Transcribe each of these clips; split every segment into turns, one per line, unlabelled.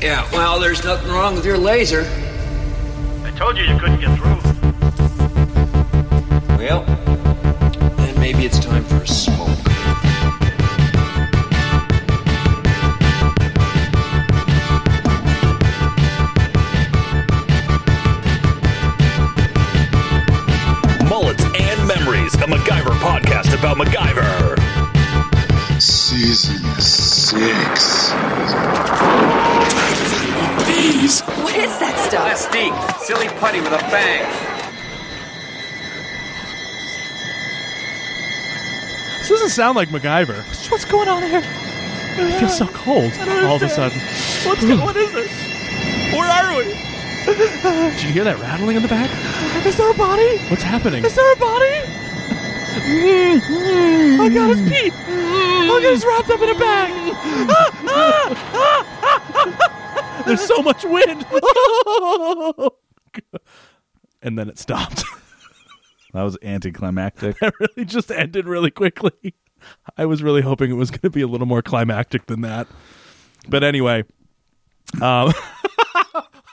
Yeah, well, there's nothing wrong with your laser.
I told you you couldn't get through.
Well, then maybe it's time for a smoke.
Mullets and Memories, a MacGyver podcast about MacGyver.
Season six.
What is that stuff?
Mystique, silly putty with a bang.
This doesn't sound like MacGyver. What's going on here? I feel so cold all of a sudden. What's go- what is this? Where are we? Did you hear that rattling in the back? Is there a body? What's happening? Is there a body? My God, it's Pete! Look, it's wrapped up in a bag. There's so much wind. and then it stopped.
That was anticlimactic.
that really just ended really quickly. I was really hoping it was going to be a little more climactic than that. But anyway, um,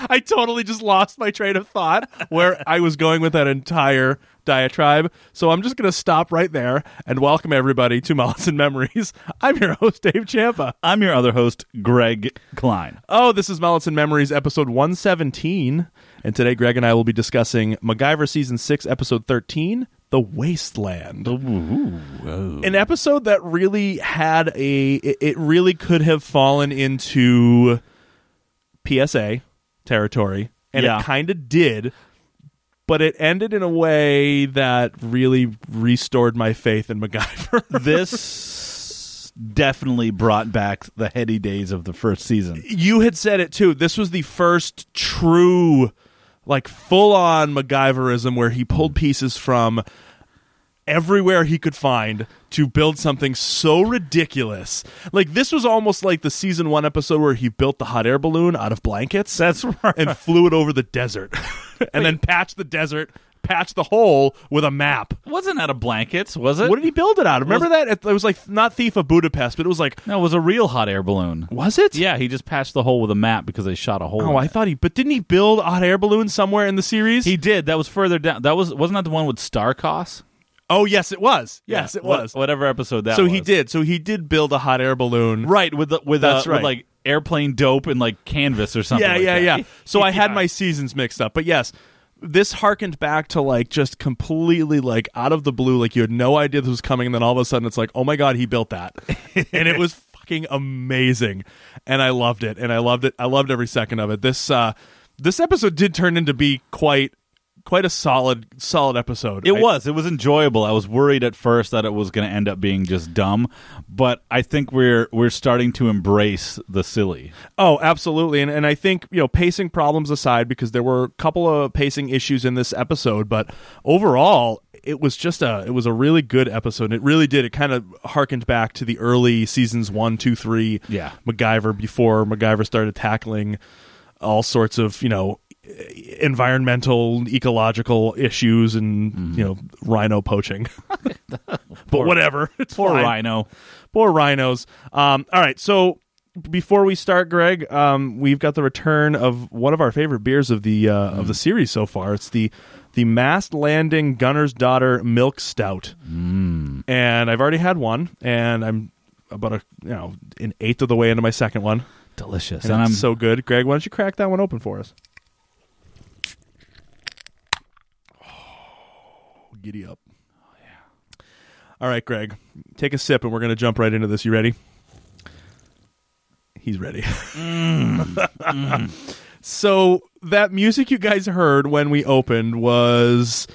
I totally just lost my train of thought where I was going with that entire diatribe. So I'm just going to stop right there and welcome everybody to Mullets and Memories. I'm your host, Dave Champa.
I'm your other host, Greg Klein.
Oh, this is Mullets and Memories, episode 117. And today, Greg and I will be discussing MacGyver Season 6, Episode 13, The Wasteland. An episode that really had a. It, it really could have fallen into PSA territory, and
Yeah.
it kind of did. But it ended in a way that really restored my faith in MacGyver.
This definitely brought back the heady days of the first season.
you had said it too. This was the first true, like full on MacGyverism where he pulled pieces from everywhere he could find to build something so ridiculous. Like this was almost like the season one episode where he built the hot air balloon out of blankets.
That's right.
And flew it over the desert. and then patched the desert, patched the hole with a map.
Wasn't that a blankets? Was it?
What did he build it out of? Remember that? It it was like not Thief of Budapest, but it was like,
No, it was a real hot air balloon.
was it?
Yeah, he just patched the hole with a map because they shot a hole.
Oh,
in
I
it.
thought he. But didn't he build a hot air balloon somewhere in the series?
he did. That was further down. That was wasn't that the one with Starcos?
oh, yes, it was. Yes, it
What-
was.
whatever episode that.
so he
was.
did. So he did build a hot air balloon.
right with the, with, uh,
That's right.
with like airplane dope and like canvas or something.
Yeah,
like
yeah,
that.
yeah. So I had my seasons mixed up. But yes, this harkened back to like just completely like out of the blue. Like you had no idea this was coming. And then all of a sudden it's like, oh my God, he built that. and it was fucking amazing. And I loved it. And I loved it. I loved every second of it. This, uh, this episode did turn into be quite quite a solid solid episode.
It
I-
was. It was enjoyable. I was worried at first that it was going to end up being just dumb, but I think we're we're starting to embrace the silly.
Oh, absolutely. And and I think, you know, pacing problems aside because there were a couple of pacing issues in this episode, but overall it was just a it was a really good episode. It really did. It kind of harkened back to the early seasons one, two, three
Yeah.
MacGyver before MacGyver started tackling all sorts of, you know, environmental, ecological issues and,
Mm-hmm.
you know, rhino poaching. but whatever. It's
Poor
fine
Rhino.
poor rhinos. Um, all right, so before we start, Greg, um, we've got the return of one of our favorite beers of the uh, of the series so far. It's the the Mast Landing Gunner's Daughter Milk Stout, and I've already had one, and I'm about a you know an eighth of the way into my second one,
Delicious.
and,
And, I'm
it's so good. Greg, why don't you crack that one open for us? Oh, giddy up. All right, Greg, take a sip and we're going to jump right into this. You ready? He's ready. so, that music you guys heard when we opened was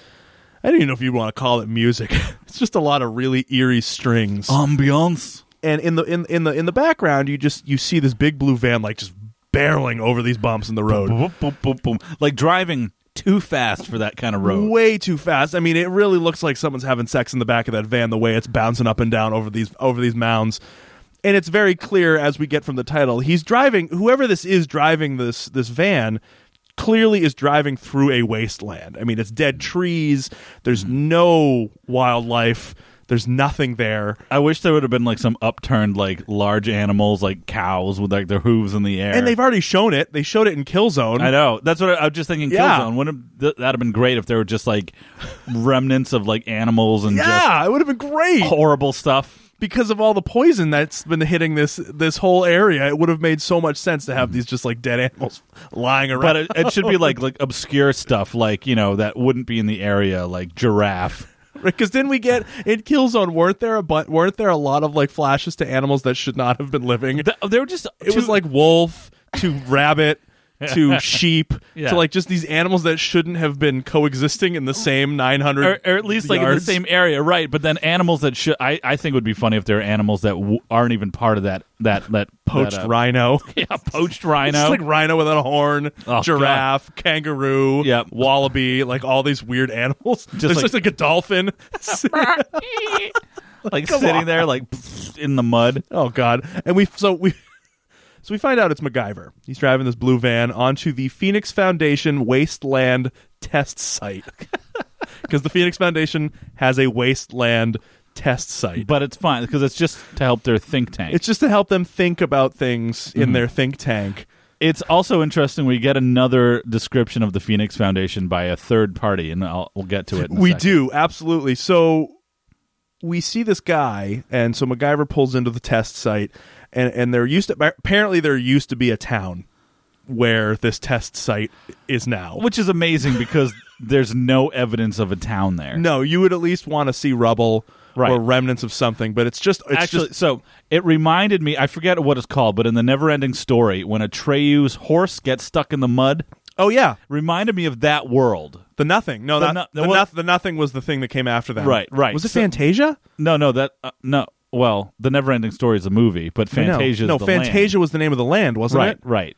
I don't even know if you want to call it music. It's just a lot of really eerie strings
ambiance.
and in the in in the in the background you just you see this big blue van like just barreling over these bumps in the road
Boom, boom, boom, boom. Like driving too fast for that kind of road.
way too fast i mean it really looks like someone's having sex in the back of that van the way it's bouncing up and down over these over these mounds and it's very clear as we get from the title he's driving whoever this is driving this this van clearly is driving through a wasteland i mean it's dead trees there's no wildlife There's nothing there.
I wish there would have been like some upturned like large animals like cows with like their hooves in the air.
And they've already shown it. They showed it in Killzone.
I know. That's what I, I was just thinking.
Yeah.
Killzone. Wouldn't that have been great if there were just like remnants of like animals and
Yeah, it would have been great.
just horrible stuff?
because of all the poison that's been hitting this this whole area, it would have made so much sense to have these just like dead animals lying around.
Hmm. But it, it should be like like obscure stuff, like you know that wouldn't be in the area, like giraffe.
Because didn't we get in Killzone? weren't there a but weren't there a lot of like flashes to animals that should not have been living?
Th- Oh, They were just.
it was
too-
like wolf to rabbit to sheep
Yeah.
to like just these animals that shouldn't have been coexisting in the same nine hundred
or, or at least like in the same area, right? But then animals that should I, I think would be funny if there are animals that w- aren't even part of that that that
poached
that, uh,
rhino.
yeah, poached rhino.
It's like rhino without a horn,
Oh,
giraffe, kangaroo,
Yep.
wallaby, like all these weird animals. Just There's
like-
just like a dolphin.
like sitting there like in the mud.
oh god. And we so we so we find out it's MacGyver. He's driving this blue van onto the Phoenix Foundation wasteland test site because the Phoenix Foundation has a wasteland test site.
But it's fine because it's just to help their think tank.
It's just to help them think about things
Mm-hmm.
in their think tank.
It's also interesting. We get another description of the Phoenix Foundation by a third party, and I'll, we'll get to it. in a
we
second.
do absolutely so we see this guy and so MacGyver pulls into the test site and and there used to apparently there used to be a town where this test site is now
which is amazing because there's no evidence of a town there.
no you would at least want to see rubble
Right.
or remnants of something but it's just it's
Actually,
just
so it reminded me. I forget what it's called, but in the never-ending story, when Atreyu's horse gets stuck in the mud,
oh yeah
reminded me of that world.
the nothing no
The
the,
no-
the,
well-
noth- the nothing was the thing that came after that
Right, right.
was it
So-
fantasia
No, no, that uh, no. Well, the never-ending story is a movie, but
I know.
Fantasia. is
no
the
fantasia was the name of the land wasn't
Land. Right, right.
it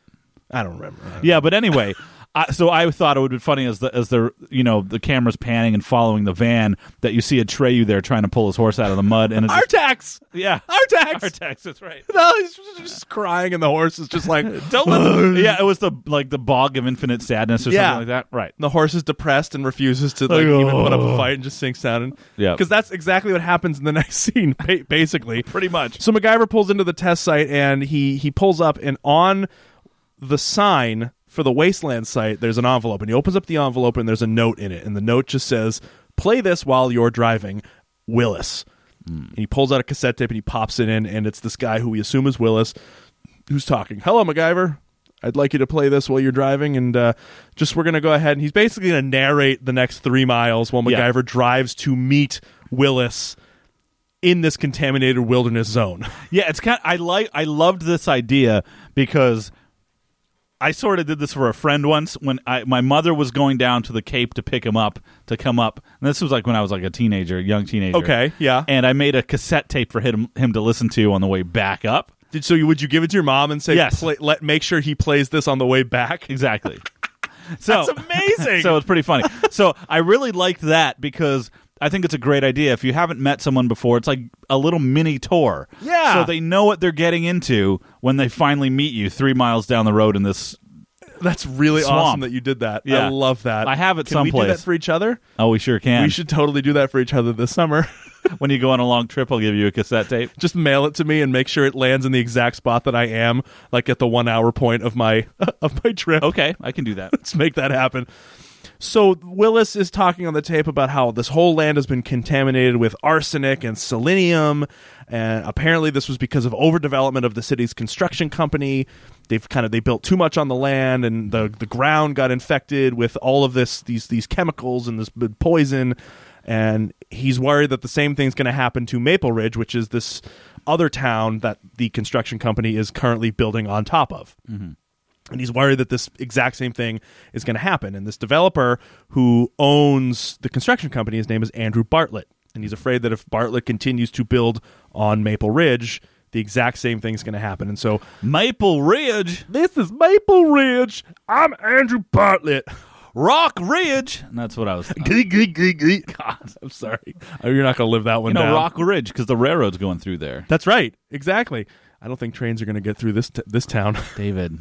i don't remember I don't-
Yeah, but anyway, I, so I thought it would be funny as the as the you know the camera's panning and following the van that you see Atreyu there trying to pull his horse out of the mud and it's just-
artax
yeah
artax
Artax, that's right.
No, he's just- just crying, and the horse is just like,
Don't let yeah, it was the like the bog of infinite sadness or
Yeah.
something like that. Right.
the horse is depressed and refuses to like
Like,
even put up
"Oh."
a fight and just sinks down. And
Yeah.
because that's exactly what happens in the next scene, ba- basically.
Pretty much.
So MacGyver pulls into the test site and he he pulls up and on the sign for the wasteland site, there's an envelope and he opens up the envelope and there's a note in it and the note just says, "Play this while you're driving, Willis." And he pulls out a cassette tape and he pops it in and it's this guy who we assume is Willis who's talking. Hello, MacGyver. I'd like you to play this while you're driving, and uh, just we're gonna go ahead and he's basically gonna narrate the next three miles while
Yeah.
MacGyver drives to meet Willis in this contaminated wilderness zone.
Yeah, it's kind. I like. I loved this idea because I sort of did this for a friend once when I my mother was going down to the Cape to pick him up to come up. And this was like when I was like a teenager, young teenager.
Okay, yeah.
And I made a cassette tape for him him to listen to on the way back up.
Did, so you, would you give it to your mom and say,
Yes.
"Play- let make sure he plays this on the way back?
Exactly. So
That's amazing.
so it's pretty funny. so I really liked that because I think it's a great idea. If you haven't met someone before, it's like a little mini tour.
Yeah.
So they know what they're getting into when they finally meet you three miles down the road in this.
That's really
Swamp.
awesome that you did that.
Yeah.
I love that.
I have it
Can we do
someplace.
that for each other?
Oh, we sure can.
We should totally do that for each other this summer.
When you go on a long trip, I'll give you a cassette tape.
just mail it to me and make sure it lands in the exact spot that I am, like at the one hour point of my of my trip.
Okay, I can do that.
Let's make that happen. So Willis is talking on the tape about how this whole land has been contaminated with arsenic and selenium, and apparently this was because of overdevelopment of the city's construction company. They've kind of they built too much on the land, and the the ground got infected with all of this these these chemicals and this b- poison. And he's worried that the same thing's going to happen to Maple Ridge, which is this other town that the construction company is currently building on top of and he's worried that this exact same thing is going to happen. And this developer who owns the construction company, his name is Andrew Bartlett, and he's afraid that if Bartlett continues to build on Maple Ridge, the exact same thing's going to happen. And so,
Maple Ridge,
this is Maple Ridge. I'm Andrew Bartlett.
Rock Ridge. And that's what I was. You
God, I'm sorry. Oh, you're not going to live that one
know,
down.
Rock Ridge because the railroad's going through there.
That's right. Exactly. I don't think trains are going to get through this t- this town.
David,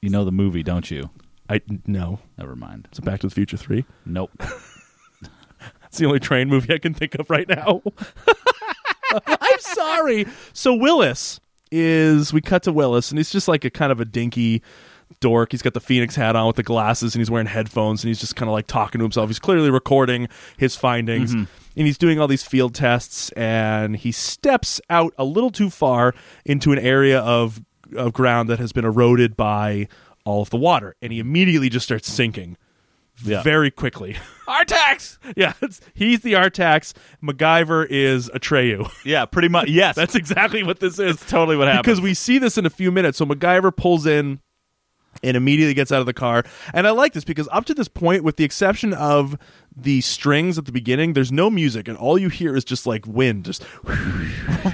you know the movie, don't you?
I no.
Never mind.
It's a Back to the Future three.
Nope.
It's the only train movie I can think of right now. sorry. So Willis is we cut to Willis and he's just like a kind of a dinky dork. He's got the Phoenix hat on with the glasses and he's wearing headphones and he's just kind of like talking to himself. He's clearly recording his findings.
Mm-hmm.
And he's doing all these field tests and he steps out a little too far into an area of of ground that has been eroded by all of the water and he immediately just starts sinking
Yeah.
very quickly.
Artax.
yeah, it's, he's the Artax, MacGyver is Atreyu.
Yeah, pretty much. Yes,
That's
that's
exactly what this is.
totally what happened.
Because we see this in a few minutes. So MacGyver pulls in and immediately gets out of the car. And I like this because up to this point, with the exception of the strings at the beginning, there's no music, and all you hear is just like wind just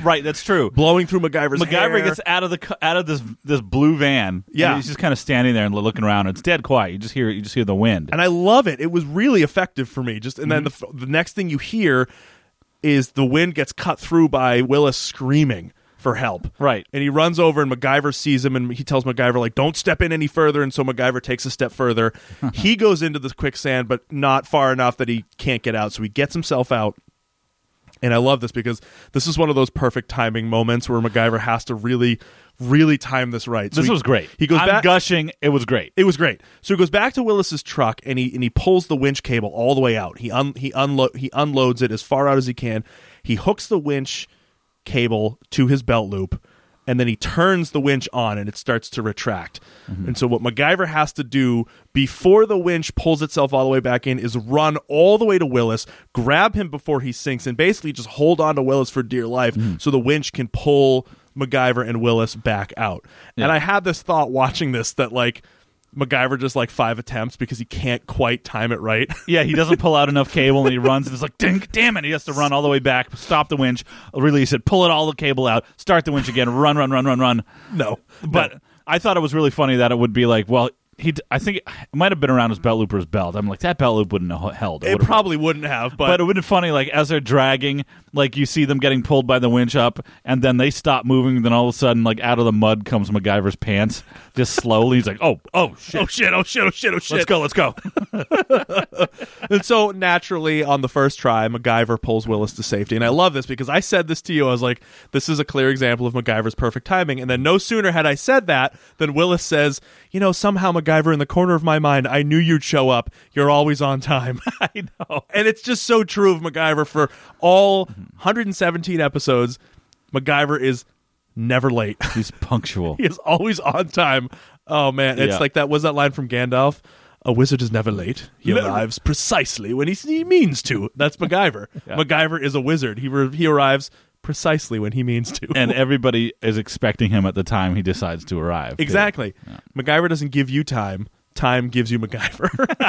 right, that's true.
blowing through MacGyver's
MacGyver
hair.
gets out of the cu- out of this this blue van.
Yeah.
and he's just kind of standing there and lo- looking around. It's dead quiet. You just hear you just hear the wind.
and I love it. It was really effective for me. Just and then the,
Mm-hmm.
f- the next thing you hear is the wind gets cut through by Willis screaming for help.
Right.
and he runs over and MacGyver sees him and he tells MacGyver like, "Don't step in any further." And so MacGyver takes a step further. he goes into the quicksand, but not far enough that he can't get out. So he gets himself out. And I love this because this is one of those perfect timing moments where MacGyver has to really, really time this right. So
this
he-
was great.
He goes
I'm
back.
gushing. It was great.
It was great. So he goes back to Willis's truck and he and he pulls the winch cable all the way out. He un, he unlo- he unloads it as far out as he can. He hooks the winch cable to his belt loop and then he turns the winch on and it starts to retract. And so what MacGyver has to do before the winch pulls itself all the way back in is run all the way to Willis, grab him before he sinks, and basically just hold on to Willis for dear life so the winch can pull MacGyver and Willis back out. And I had this thought watching this that like MacGyver just like five attempts because he can't quite time it right.
Yeah, he doesn't pull out enough cable and he runs and it's like, dink, damn it. He has to run all the way back, stop the winch, release it, pull it all the cable out, start the winch again, run, run, run, run, run.
no,
But I thought it was really funny that it would be like, well, he. d- I think it might have been around his belt loop or his belt. I'm like, that belt loop wouldn't have held.
it
would've-
probably wouldn't have. But,
But it would have been funny, like as they're dragging, like you see them getting pulled by the winch up, and then they stop moving. Then all of a sudden, like out of the mud comes MacGyver's pants, just slowly. He's like, "Oh, oh shit,
oh shit! Oh shit! Oh shit! Oh shit!
let's go, let's go."
And so naturally, on the first try, MacGyver pulls Willis to safety. And I love this because I said this to you. I was like, this is a clear example of MacGyver's perfect timing. And then no sooner had I said that than Willis says, you know, somehow MacGyver in the corner of my mind, I knew you'd show up. You're always on time. I know. And it's just so true of MacGyver for all 117 episodes. MacGyver is never late.
He's punctual.
he is always on time. Oh man, it's
Yeah.
like that was that line from Gandalf. A wizard is never late. He arrives precisely when he, he means to. That's MacGyver. MacGyver is a wizard. He re- he arrives precisely when he means to.
and everybody is expecting him at the time he decides to arrive. too.
exactly, MacGyver doesn't give you time. Time gives you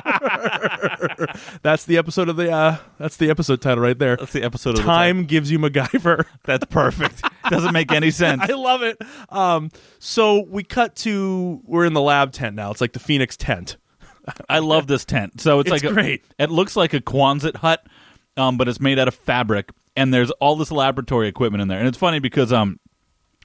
MacGyver. that's the episode of the. Uh, that's the episode title right there.
That's the episode of the
Time gives you MacGyver.
That's perfect. Doesn't make any sense.
I love it. Um, so we cut to we're in the lab tent now. It's like the Phoenix tent.
I love this tent. So it's,
It's
like a-
great.
It looks like a Quonset hut, um, but it's made out of fabric, and there's all this laboratory equipment in there. And it's funny because um,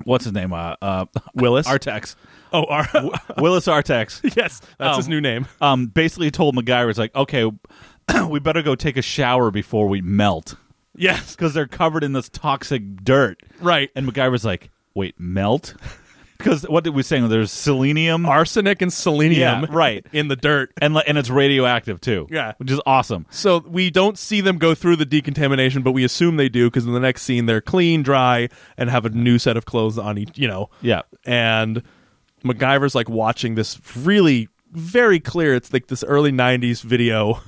what's his name? Uh, uh
Willis.
Artex,
Oh, our,
Willis Artex.
yes, that's
Um,
his new name.
Um, basically told MacGyver, it's like, okay, we better go take a shower before we melt
Yes,
because they're covered in this toxic dirt.
right.
And MacGyver's like, wait, melt? Because what did we say? There's selenium.
Arsenic and selenium,
Yeah, right.
in the dirt.
and, li- and it's radioactive too.
Yeah.
Which is awesome.
So we don't see them go through the decontamination, but we assume they do because in the next scene they're clean, dry, and have a new set of clothes on each. You know,
Yeah.
and MacGyver's like watching this really very clear. It's like this early '90s video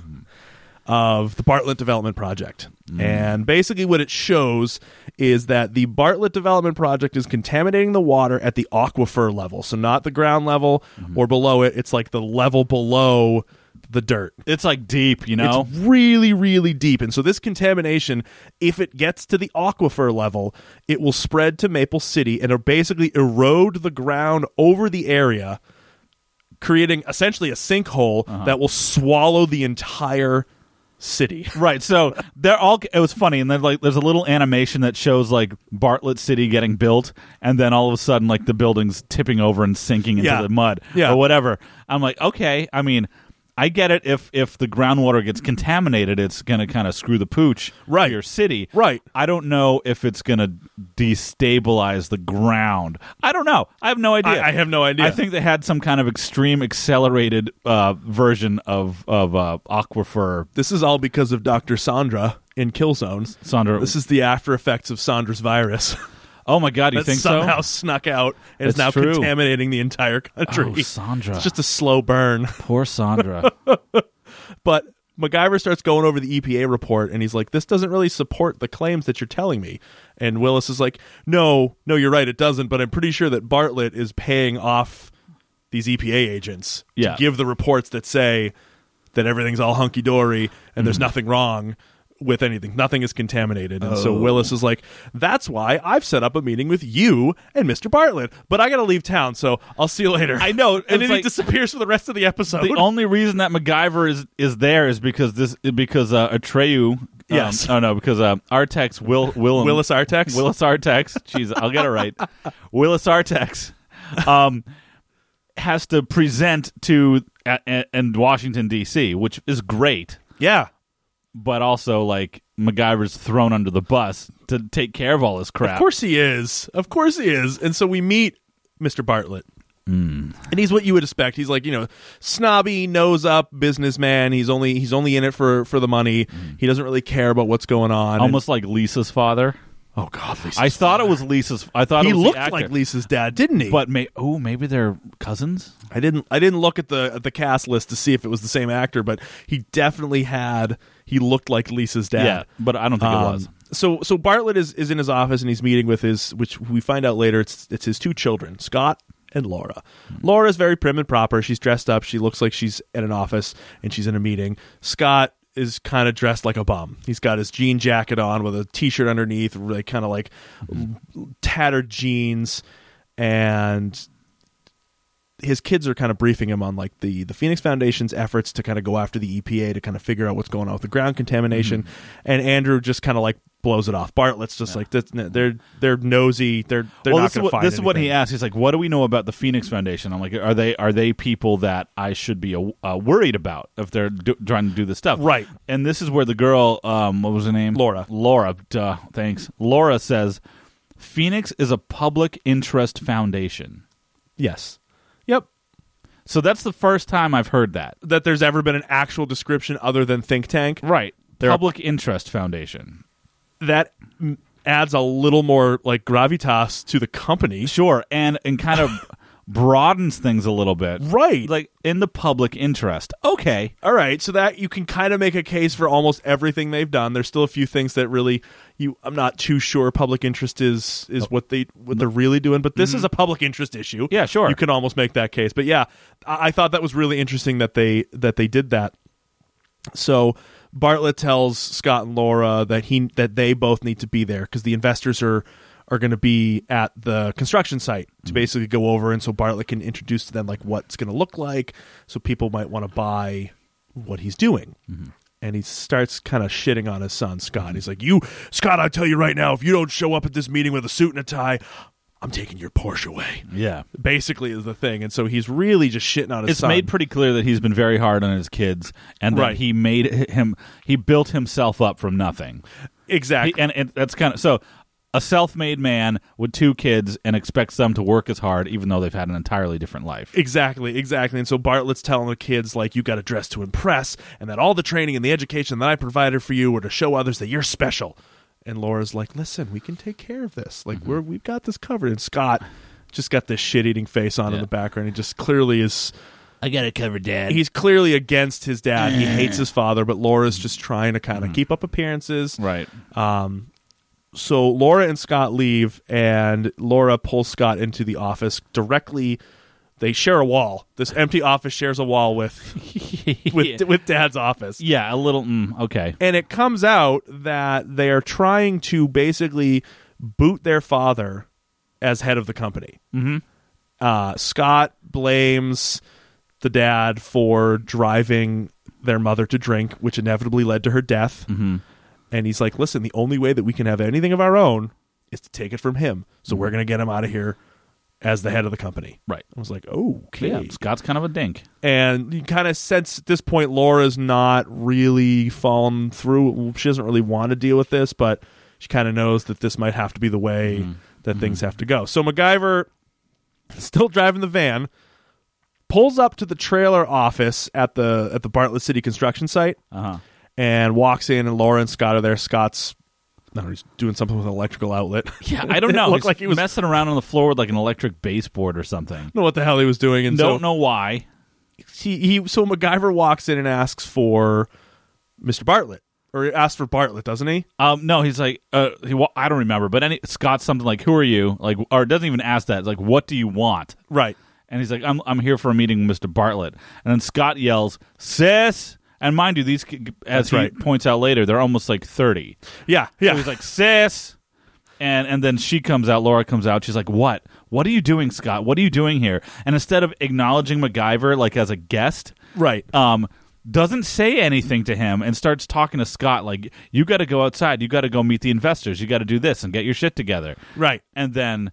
of the Bartlett Development Project, and basically what it shows is that the Bartlett Development Project is contaminating the water at the aquifer level, so not the ground level or below it. It's like the level below the dirt.
It's like deep, you know?
It's really, really deep. And so this contamination, if it gets to the aquifer level, it will spread to Maple City and it'll basically erode the ground over the area, creating essentially a sinkhole
Uh-huh.
that will swallow the entire city.
Right, so they're all. It was funny, and then like there's a little animation that shows like Bartlett City getting built, and then all of a sudden like the building's tipping over and sinking into
Yeah.
the mud
Yeah.
or whatever. I'm like, okay. I mean, I get it if if the groundwater gets contaminated, it's going to kind of screw the pooch
Right.
your city.
Right.
I don't know if it's going to destabilize the ground. I don't know. I have no idea.
I- I have no idea.
I think they had some kind of extreme accelerated uh, version of of uh, aquifer.
This is all because of Dr. Sandra in Killzone.
Sandra,
This is the after effects of Sandra's virus
oh my god, you
that
think
somehow
so?
snuck out and is
It's
now
true.
contaminating the entire country.
Oh, Sandra.
It's just a slow burn.
Poor Sandra.
But MacGyver starts going over the EPA report and he's like, this doesn't really support the claims that you're telling me. And Willis is like, no, no, you're right, it doesn't. But I'm pretty sure that Bartlett is paying off these EPA agents
Yeah.
to give the reports that say that everything's all hunky dory and
Mm-hmm.
there's nothing wrong with anything. Nothing is contaminated. And
Oh.
so Willis is like, that's why I've set up a meeting with you and Mr. Bartlett. But I got to leave town, so I'll see you later.
I know,
And
it's
then he
like-
disappears for the rest of the episode.
the only reason that MacGyver is is there is because this because uh, Atreyu. um,
Yes.
Oh no, because uh, Artex Will Willem,
Willis Artex?
Willis Artex. Jeez, I'll get it right. Willis Artex, um, has to present to a- a- in Washington D.C., which is great,
yeah.
but also like MacGyver's thrown under the bus to take care of all this crap.
Of course he is. Of course he is. And so we meet Mr. Bartlett.
Mm.
And he's what you would expect. He's like, you know, snobby, nose up businessman. He's only he's only in it for for the money. He doesn't really care about what's going on.
Mm. almost like Lisa's father.
And- oh god, Lisa.
I thought it was Lisa's. I thought
he
it was the
looked
actor.
like Lisa's dad, didn't he?
But may oh maybe they're cousins.
I didn't I didn't look at the at the cast list to see if it was the same actor, but he definitely had he looked like Lisa's dad.
Yeah, but I don't think it
Um,
was.
So so Bartlett is, is in his office and he's meeting with his which we find out later it's it's his two children, Scott and Laura. Laura is very prim and proper. She's dressed up. She looks like she's at an office and she's in a meeting. Scott is kind of dressed like a bum. He's got his jean jacket on with a t-shirt underneath, really kind of like tattered jeans and his kids are kind of briefing him on like the the Phoenix Foundation's efforts to kind of go after the EPA to kind of figure out what's going on with the ground contamination,
Mm-hmm.
and Andrew just kind of like blows it off. Bartlett's just like "That's- they're they're nosy. They're they're
well,
not
this, is
going to
what,
find.
this is what he
anything.
asked. He's like, "What do we know about the Phoenix Foundation?" I'm like, "Are they are they people that I should be uh, uh, worried about if they're do- trying to do this stuff?"
Right.
And this is where the girl, um, what was her name?
Laura.
Laura. Duh. Thanks. Laura says, "Phoenix is a public interest foundation."
Yes, yep.
So that's the first time I've heard that.
That there's ever been an actual description other than think tank
Right.
They're-
public interest foundation.
that mm, adds a little more like gravitas to the company.
Sure, and and kind of broadens things a little bit.
Right.
Like in the public interest. Okay.
All right, so that you can kind of make a case for almost everything they've done. There's still a few things that really you I'm not too sure public interest is is what they what they're really doing, but this is a public interest issue.
Oh. Mm-hmm. Yeah, sure.
You can almost make that case. But yeah, I, I thought that was really interesting that they that they did that. So Bartlett tells Scott and Laura that he that they both need to be there because the investors are are going to be at the construction site
Mm-hmm.
to basically go over, and so Bartlett can introduce to them like what's going to look like, so people might want to buy what he's doing.
Mm-hmm.
And he starts kind of shitting on his son Scott. He's like, "You, Scott, I tell you right now, if you don't show up at this meeting with a suit and a tie." I'm taking your Porsche away.
Yeah.
Basically, is the thing, and so he's really just shitting on his
it's
son.
made pretty clear that he's been very hard on his kids and that
Right.
he made him he built himself up from nothing
exactly,
He- and, and that's kind of so a self-made man with two kids and expects them to work as hard even though they've had an entirely different life
Exactly, exactly. And so Bartlett's telling the kids like you got to dress to impress, and that all the training and the education that I provided for you were to show others that you're special. And Laura's like, "Listen, we can take care of this.
Mm-hmm.
Like we're we've got this covered." And Scott just got this shit-eating face on in
Yeah.
the background. He just clearly is
i got it covered dad
he's clearly against his dad. He hates his father, but Laura's just trying to
Mm-hmm.
kind of keep up appearances
right
so Laura and Scott leave, and Laura pulls Scott into the office directly. They share a wall. This empty office shares a wall with with with Dad's office,
yeah a little mm, okay
and it comes out that they are trying to basically boot their father as head of the company. Mm-hmm. Uh, Scott blames the dad for driving their mother to drink, which inevitably led to her death. Mm-hmm. And he's like, listen, the Mm-hmm. only way that we can have anything of our own is to take it from him. So we're going to get him out of here as the head of the company.
Right.
I was like, okay.
Yeah, Scott's kind of a dink.
And you kind of sense at this point Laura's not really fallen through. She doesn't really want to deal with this, but she kind of knows that this might have to be the way
Mm-hmm.
that things have to go. So MacGyver, still driving the van, pulls up to the trailer office at the at the Bartlett City construction site
Uh huh.
and walks in, and Laura and Scott are there. Scott's I don't know, he's doing something with an electrical outlet.
Yeah, I don't know.
It looked
He's
like he was-
messing around on the floor with like an electric baseboard or something.
don't know what the hell he was doing, and so
Don't know why.
he, he so MacGyver walks in and asks for Mr. Bartlett, or he asks for Bartlett, doesn't he?
Um, no, he's like, uh, he, wa- I don't remember, but any Scott's something like, "Who are you?" Like, or it doesn't even ask that. It's like, "What do you want?"
Right.
And he's like, "I'm I'm here for a meeting with Mr. Bartlett." And then Scott yells, "Sis!" And mind you, these k- g- as
That's
he
right.
points out later, they're almost like thirty.
Yeah.
So
Yeah.
he's like, "Sis," and and then she comes out. Laura comes out. She's like, "What? What are you doing, Scott? What are you doing here?" And instead of acknowledging MacGyver like as a guest,
right.
um, doesn't say anything to him and starts talking to Scott like, "You got to go outside. You got to go meet the investors. You got to do this and get your shit together."
right.
And then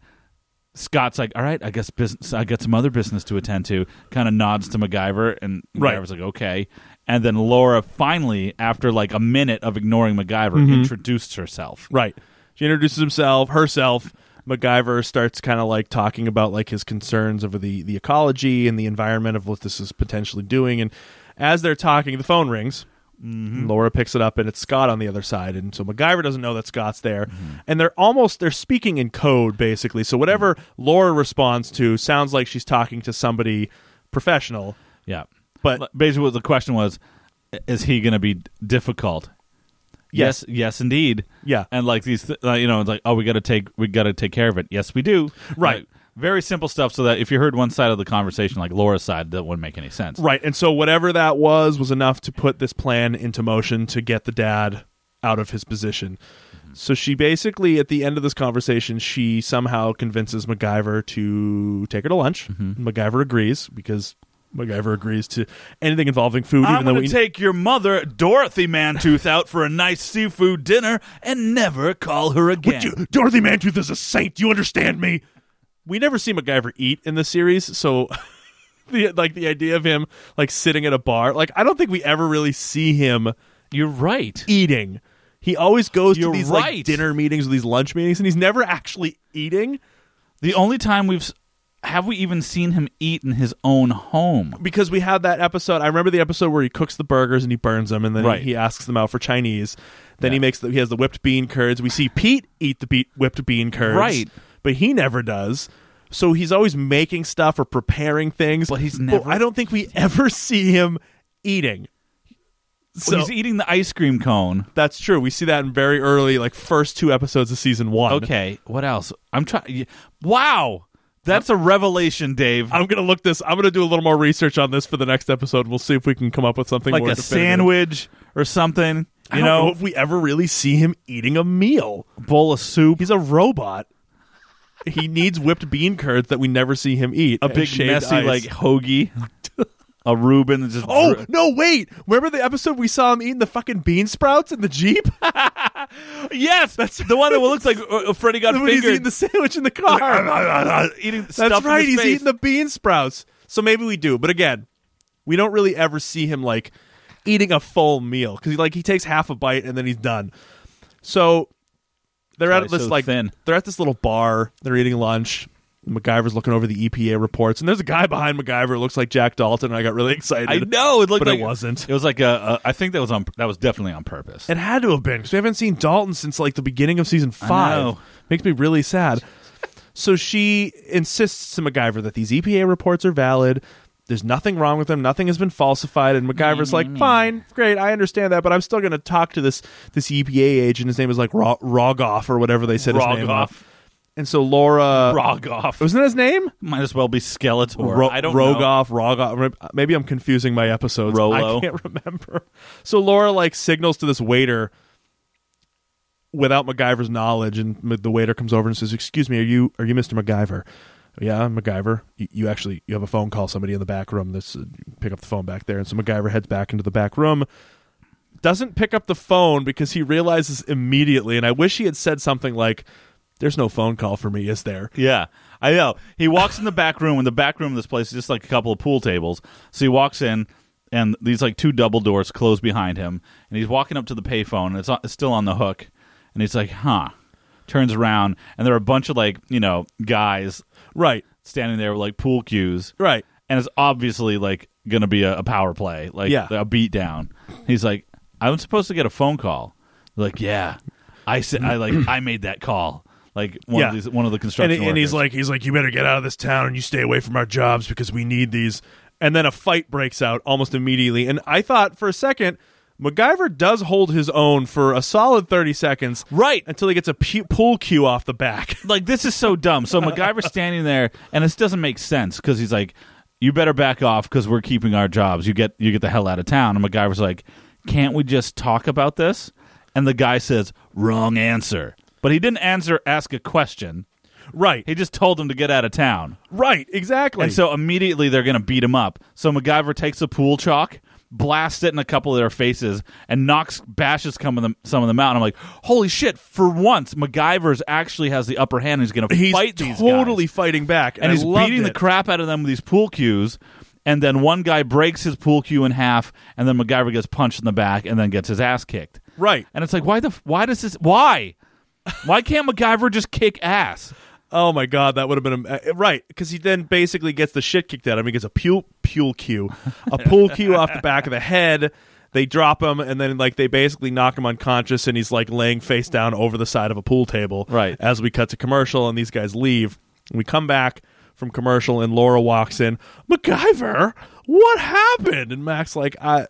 Scott's like, "All right, I guess business. I got some other business to attend to." Kind of nods to MacGyver, and MacGyver's
Right.
like, "Okay." And then Laura finally, after like a minute of ignoring MacGyver, introduced herself.
Right. She introduces himself, herself. MacGyver starts kind of like talking about like his concerns over the the ecology and the environment of what this is potentially doing. And as they're talking, the phone rings. Laura picks it up, and it's Scott on the other side. And so MacGyver doesn't know that Scott's there. And they're almost they're speaking in code basically. So whatever Laura responds to sounds like she's talking to somebody professional.
Yeah,
But-
basically, what the question was: Is he going to be difficult?
Yes.
yes, indeed.
Yeah.
and like these, th- uh, you know, it's like, oh, we got to take, we got to take care of it. Yes, we do.
Right.
Like, very simple stuff, so that if you heard one side of the conversation, like Laura's side, that wouldn't make any sense.
Right. And so whatever that was was enough to put this plan into motion to get the dad out of his position. So she basically, at the end of this conversation, she somehow convinces MacGyver to take her to lunch.
Mm-hmm.
MacGyver agrees because MacGyver agrees to anything involving food,
I'm
even though
going
we
to take your mother, Dorothy Mantooth, out for a nice seafood dinner and never call her again.
Would you- Dorothy Mantooth is a saint. Do you understand me? We never see MacGyver eat in the series, so the like the idea of him like sitting at a bar, like I don't think we ever really see him
You're right.
eating. He always goes
You're
to these
right.
like dinner meetings or these lunch meetings, and he's never actually eating
The only time we've s- have we even seen him eat in his own home.
because we had that episode. I remember the episode where he cooks the burgers and he burns them, and then
Right.
he asks them out for Chinese. Then
Yeah.
he makes the, he has the whipped bean curds. We see Pete eat the beat, whipped bean curds,
Right.
But he never does. So he's always making stuff or preparing things,
But he's never-
I don't think we ever see him eating. So
He's eating the ice cream cone.
that's true. We see that in very early, like first two episodes of season one.
Okay, what else? I'm trying. Wow, that's a revelation, Dave.
I'm gonna look this. I'm gonna do a little more research on this for the next episode. We'll see if we can come up with something
like
more
a
definitive.
sandwich or something. You
I don't know, if we ever really see him eating a meal.
bowl of soup.
He's a robot. he needs whipped bean curds that we never see him eat.
a
and
big
shaved
messy
ice.
like hoagie, a Reuben that's just
Oh no! Wait, remember the episode we saw him eating the fucking bean sprouts in the jeep?
yes, that's the one that looks like uh, Freddy got
when he's eating the sandwich in the car.
eating stuff
That's
in
right.
his
He's
face.
eating the bean sprouts. So maybe we do, but again, we don't really ever see him like eating a full meal because like he takes half a bite and then he's done. So they're
That's why
at this
he's so
like
thin.
they're at this little bar. They're eating lunch. MacGyver's looking over the EPA reports, and there's a guy behind MacGyver who looks like Jack Dalton. And I got really excited.
I know it looked
But
like
it wasn't.
It was like a, a I think that was on that was definitely on purpose.
It had to have been because we haven't seen Dalton since like the beginning of season five.
know.
Makes me really sad. so she insists to MacGyver that these EPA reports are valid. There's nothing wrong with them. Nothing has been falsified. And MacGyver's
Mm.
like, fine, great, I understand that, but I'm still going to talk to this this EPA agent. His name is like Ro- Rogoff or whatever they said his name. was.
Rogoff,
And so Laura.
Rogoff.
Wasn't that his name?
Might as well be Skeletor.
Ro-
I don't know.
Rogoff, Rogoff. Maybe I'm confusing my episodes.
Rolo.
I can't remember. So Laura like signals to this waiter without MacGyver's knowledge, and m- the waiter comes over and says, "Excuse me, are you are you Mr. MacGyver?" Yeah, I'm MacGyver. You, you actually you have a phone call. Somebody in the back room. This uh, pick up the phone back there, and so MacGyver heads back into the back room. Doesn't pick up the phone because he realizes immediately, and I wish he had said something like. There's no phone call for me, is there?
Yeah, I know. He walks in the back room, and the back room of this place is just like a couple of pool tables. So he walks in, and these like two double doors close behind him, and he's walking up to the payphone, and it's, on, it's still on the hook, and he's like, "Huh." Turns around, and there are a bunch of like you know guys
Right,
standing there with like pool cues,
right.
and it's obviously like gonna be a, a power play, like
Yeah.
a beat down. He's like, I'm supposed to get a phone call. Like, yeah, I said, I like, I made that call. Like one
Yeah.
of these, one of the
And,
construction.
and
workers.
he's like, he's like, you better get out of this town and you stay away from our jobs because we need these. And then a fight breaks out almost immediately. And I thought for a second, MacGyver does hold his own for a solid thirty seconds,
Right.
until he gets a pu- pull cue off the back.
like this is so dumb. So MacGyver's standing there, and this doesn't make sense because he's like, "You better back off because we're keeping our jobs. You get you get the hell out of town." And MacGyver's like, "Can't we just talk about this?" And the guy says, "Wrong answer." But he didn't answer ask a question.
Right,
He just told him to get out of town.
right, exactly.
And so immediately they're going to beat him up. So MacGyver takes a pool chalk, blasts it in a couple of their faces, and knocks bashes some of them some of them out. And I'm like, holy shit! For once, MacGyver's actually has the upper hand. He's going to
he's
fight these
totally
guys.
fighting back, and,
and
I
he's
loved
beating the
it.
crap out of them with these pool cues. And then one guy breaks his pool cue in half, and then MacGyver gets punched in the back, and then gets his ass kicked.
Right.
And it's like, why the f- why does this why? Why can't MacGyver just kick ass?
Oh my god, that would have been a, uh, right because he then basically gets the shit kicked out of him. He gets a pule pule cue, a pull cue off the back of the head. They drop him, and then like they basically knock him unconscious, and he's like laying face down over the side of a pool table.
Right.
As we cut to commercial, and these guys leave, and we come back from commercial, and Laura walks in. MacGyver, what happened? And Max like I.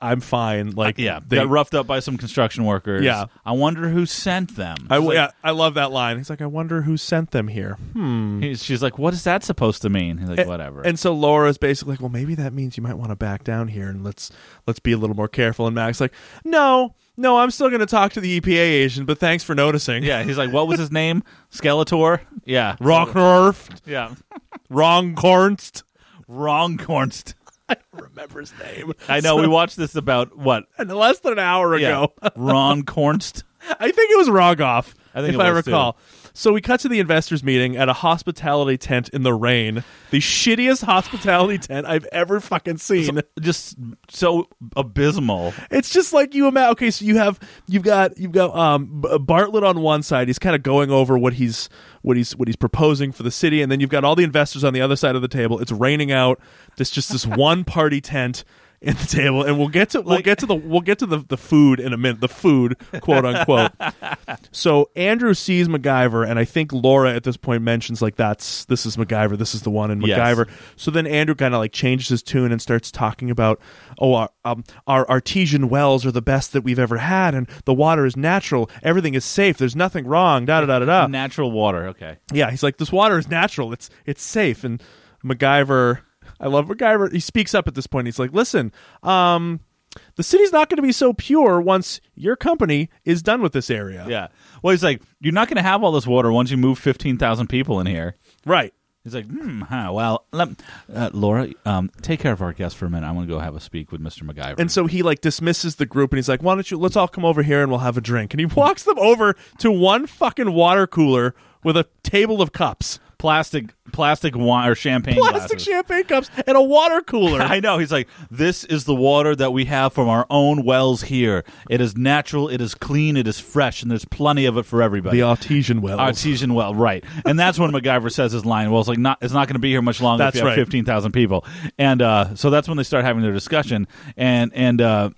I'm fine. Like,
Uh, Yeah,
they,
got roughed up by some construction workers.
Yeah.
I wonder who sent them.
I, yeah, I love that line. He's like, I wonder who sent them here.
He- she's like, "What is that supposed to mean?" He's like, "Whatever."
And so Laura's basically like, well, maybe that means you might want to back down here and let's let's be a little more careful. And Mac's like, no, no, I'm still going to talk to the EPA agent, but thanks for noticing.
yeah, he's like, "What was his name? Skeletor?" Yeah,
Rocknerft,
Yeah,
Wrongkornst.
wrong Kornst.
Remember his name?
I know we watched this about what
And less than an hour ago.
Ron Kornst.
I think it was Rogoff,
I think
if
it
I
was, too.
recall. So we cut to the investors meeting at a hospitality tent in the rain, the shittiest hospitality tent I've ever fucking seen.
Just so abysmal.
It's just like you imagine. Okay, so you have you've got you've got um, B- Bartlett on one side. He's kind of going over what he's what he's what he's proposing for the city, and then you've got all the investors on the other side of the table. It's raining out. There's just this one party tent in the table, and we'll get to we'll
Like-
get to the we'll get to the the food in a minute. The food, quote unquote. so Andrew sees MacGyver, and I think Laura at this point mentions like that's this is MacGyver. This is the one in
Yes.
MacGyver. So then Andrew kind of like changes his tune and starts talking about, oh, our, um, our artesian wells are the best that we've ever had, and the water is natural. Everything is safe. There's nothing wrong. Da da da da da.
Natural water. Okay.
Yeah, he's like, this water is natural. It's it's safe. And MacGyver, I love MacGyver. He speaks up at this point. He's like, listen, um, the city's not going to be so pure once your company is done with this area.
Yeah. Well, he's like, "You're not going to have all this water once you move fifteen thousand people in here."
Right.
He's like, hmm, huh, well, let, uh, Laura, um, take care of our guest for a minute. I'm going to go have a speak with Mr. MacGyver.
And so he like dismisses the group and he's like, "Why don't you let's all come over here and we'll have a drink." And he walks them over to one fucking water cooler with a table of cups,
plastic, plastic wine or champagne
plastic
glasses.
champagne cups, and a water cooler.
I know. He's like, this is the water that we have from our own wells here. It is natural, it is clean, it is fresh, and there's plenty of it for everybody.
the artesian wells.
Artesian well, right. And that's when MacGyver says his line. Well, it's like not it's not going to be here much longer
That's
if you have
right.
15,000 people. And uh, so that's when they start having their discussion and and uh,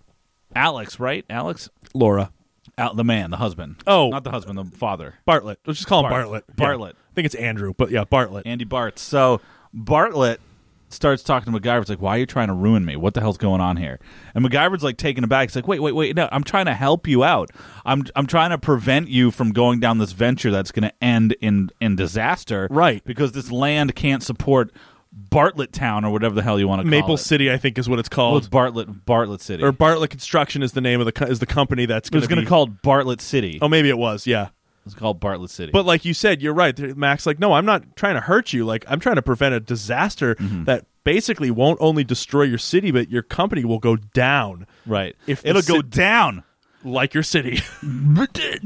Alex, right? Alex
Laura
Out the man, the husband.
Oh.
not the husband, the father.
Bartlett. Let's just call him Bartlett.
Bartlett.
Yeah.
Bartlett.
I think it's Andrew, but yeah, Bartlett.
Andy Bart. So Bartlett starts talking to MacGyver. It's like, why are you trying to ruin me? What the hell's going on here? And MacGyver's like taken aback. He's like, wait, wait, wait. No, I'm trying to help you out. I'm I'm trying to prevent you from going down this venture that's going to end in in disaster.
Right.
Because this land can't support Bartlett Town or whatever the hell you want to call
Maple
it.
City, I think, is what it's
Well, it's
called.
Bartlett Bartlett City.
or Bartlett Construction is the name of the co- is the company that's
it was
going
going
to
to call it Bartlett City.
Oh, maybe it was. Yeah.
It's called Bartlett City.
But like you said, you're right. There- Max, like, no, I'm not trying to hurt you. Like, I'm trying to prevent a disaster
Mm-hmm.
that basically won't only destroy your city, but your company will go down,
right.
if the
it'll go
ci-
down,
like your city.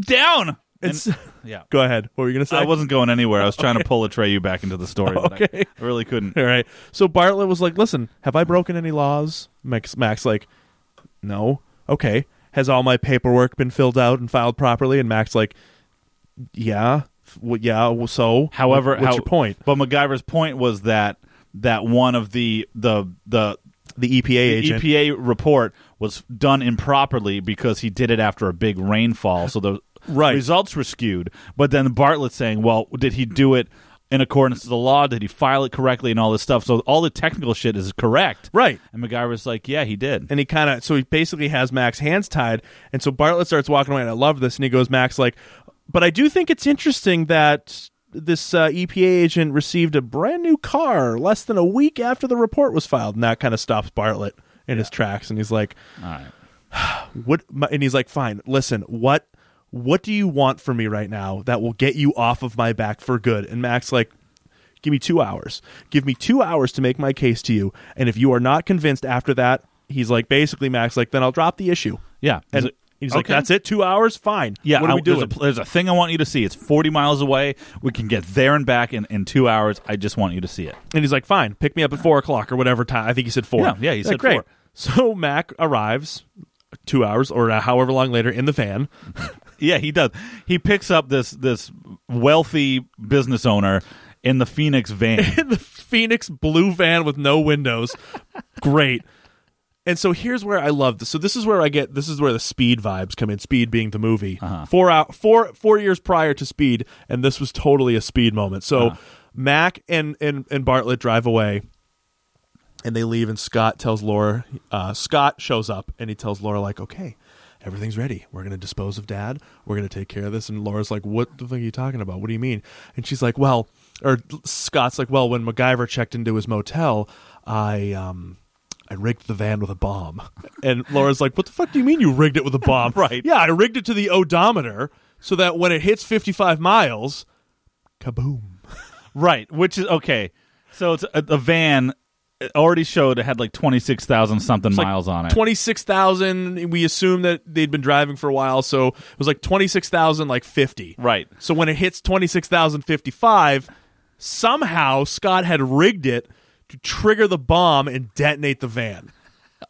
down.
It's-
And Yeah.
Go ahead. What were you going to say?
I wasn't going anywhere. I was trying to pull a tray you back into the story. But I-
Okay.
I, really couldn't.
All right. So Bartlett was like, "Listen, have I broken any laws?" Max, Max like, "No." Okay. Has all my paperwork been filled out and filed properly? And Max like, "Yeah, well, yeah." Well, so,
However,
what's
how-
your point?
But MacGyver's point was that that one of the the the E
The E EPA agent.
EPA report was done improperly because he did it after a big rainfall, so the
Right.
results were skewed. But then Bartlett saying, "Well, did he do it in accordance to the law? Did he file it correctly, and all this stuff?" So all the technical shit is correct,
Right.
And MacGyver's like, "Yeah, he did."
and he kind of so he basically has Max hands tied, and so Bartlett starts walking away, and I love this, and he goes, Max, like, but I do think it's interesting that this uh, EPA agent received a brand new car less than a week after the report was filed, and that kind of stops Bartlett in his tracks, and he's like,
all right.
what? My, and he's like, fine, listen, what, what do you want from me right now that will get you off of my back for good? And Max like. Give me two hours. Give me two hours to make my case to you. And if you are not convinced after that, he's like, basically, Max, like, then I'll drop the issue.
Yeah, Is
And
it-
he's like,
okay.
"That's it, two hours, fine.
Yeah,
what are
I-
we doing?"
There's a, there's a thing I want you to see. It's 40 miles away. We can get there and back in, in two hours. I just want you to see it.
and he's like, "Fine, pick me up at four o'clock or whatever time." I think he said four.
Yeah, yeah, he
Like,
said
great.
four.
So Mac arrives two hours or however long later in the van.
Yeah, he does. He picks up this this wealthy business owner in the Phoenix van.
the Phoenix blue van with no windows. Great. And so here's where I love this. So this is where I get this is where the speed vibes come in. Speed being the movie four out four four years prior to Speed, and this was totally a Speed moment. So Mac and and and Bartlett drive away, and they leave. And Scott tells Laura. Uh, Scott shows up and he tells Laura like, "Okay, everything's ready. We're gonna dispose of Dad. We're gonna take care of this." And Laura's like, "What the fuck are you talking about? What do you mean?" And she's like, "Well," or Scott's like, "Well, when MacGyver checked into his motel, I um." I rigged the van with a bomb. And Laura's like, What the fuck do you mean you rigged it with a bomb?
Right.
Yeah, I rigged it to the odometer so that when it hits 55 miles, kaboom.
right, which is okay. So it's a, a van it already showed it had like 26,000 something
It's like
miles on it.
26,000. We assume that they'd been driving for a while. So it was like 26,000, like 50.
Right.
So when it hits 26,055, somehow Scott had rigged it to trigger the bomb and detonate the van.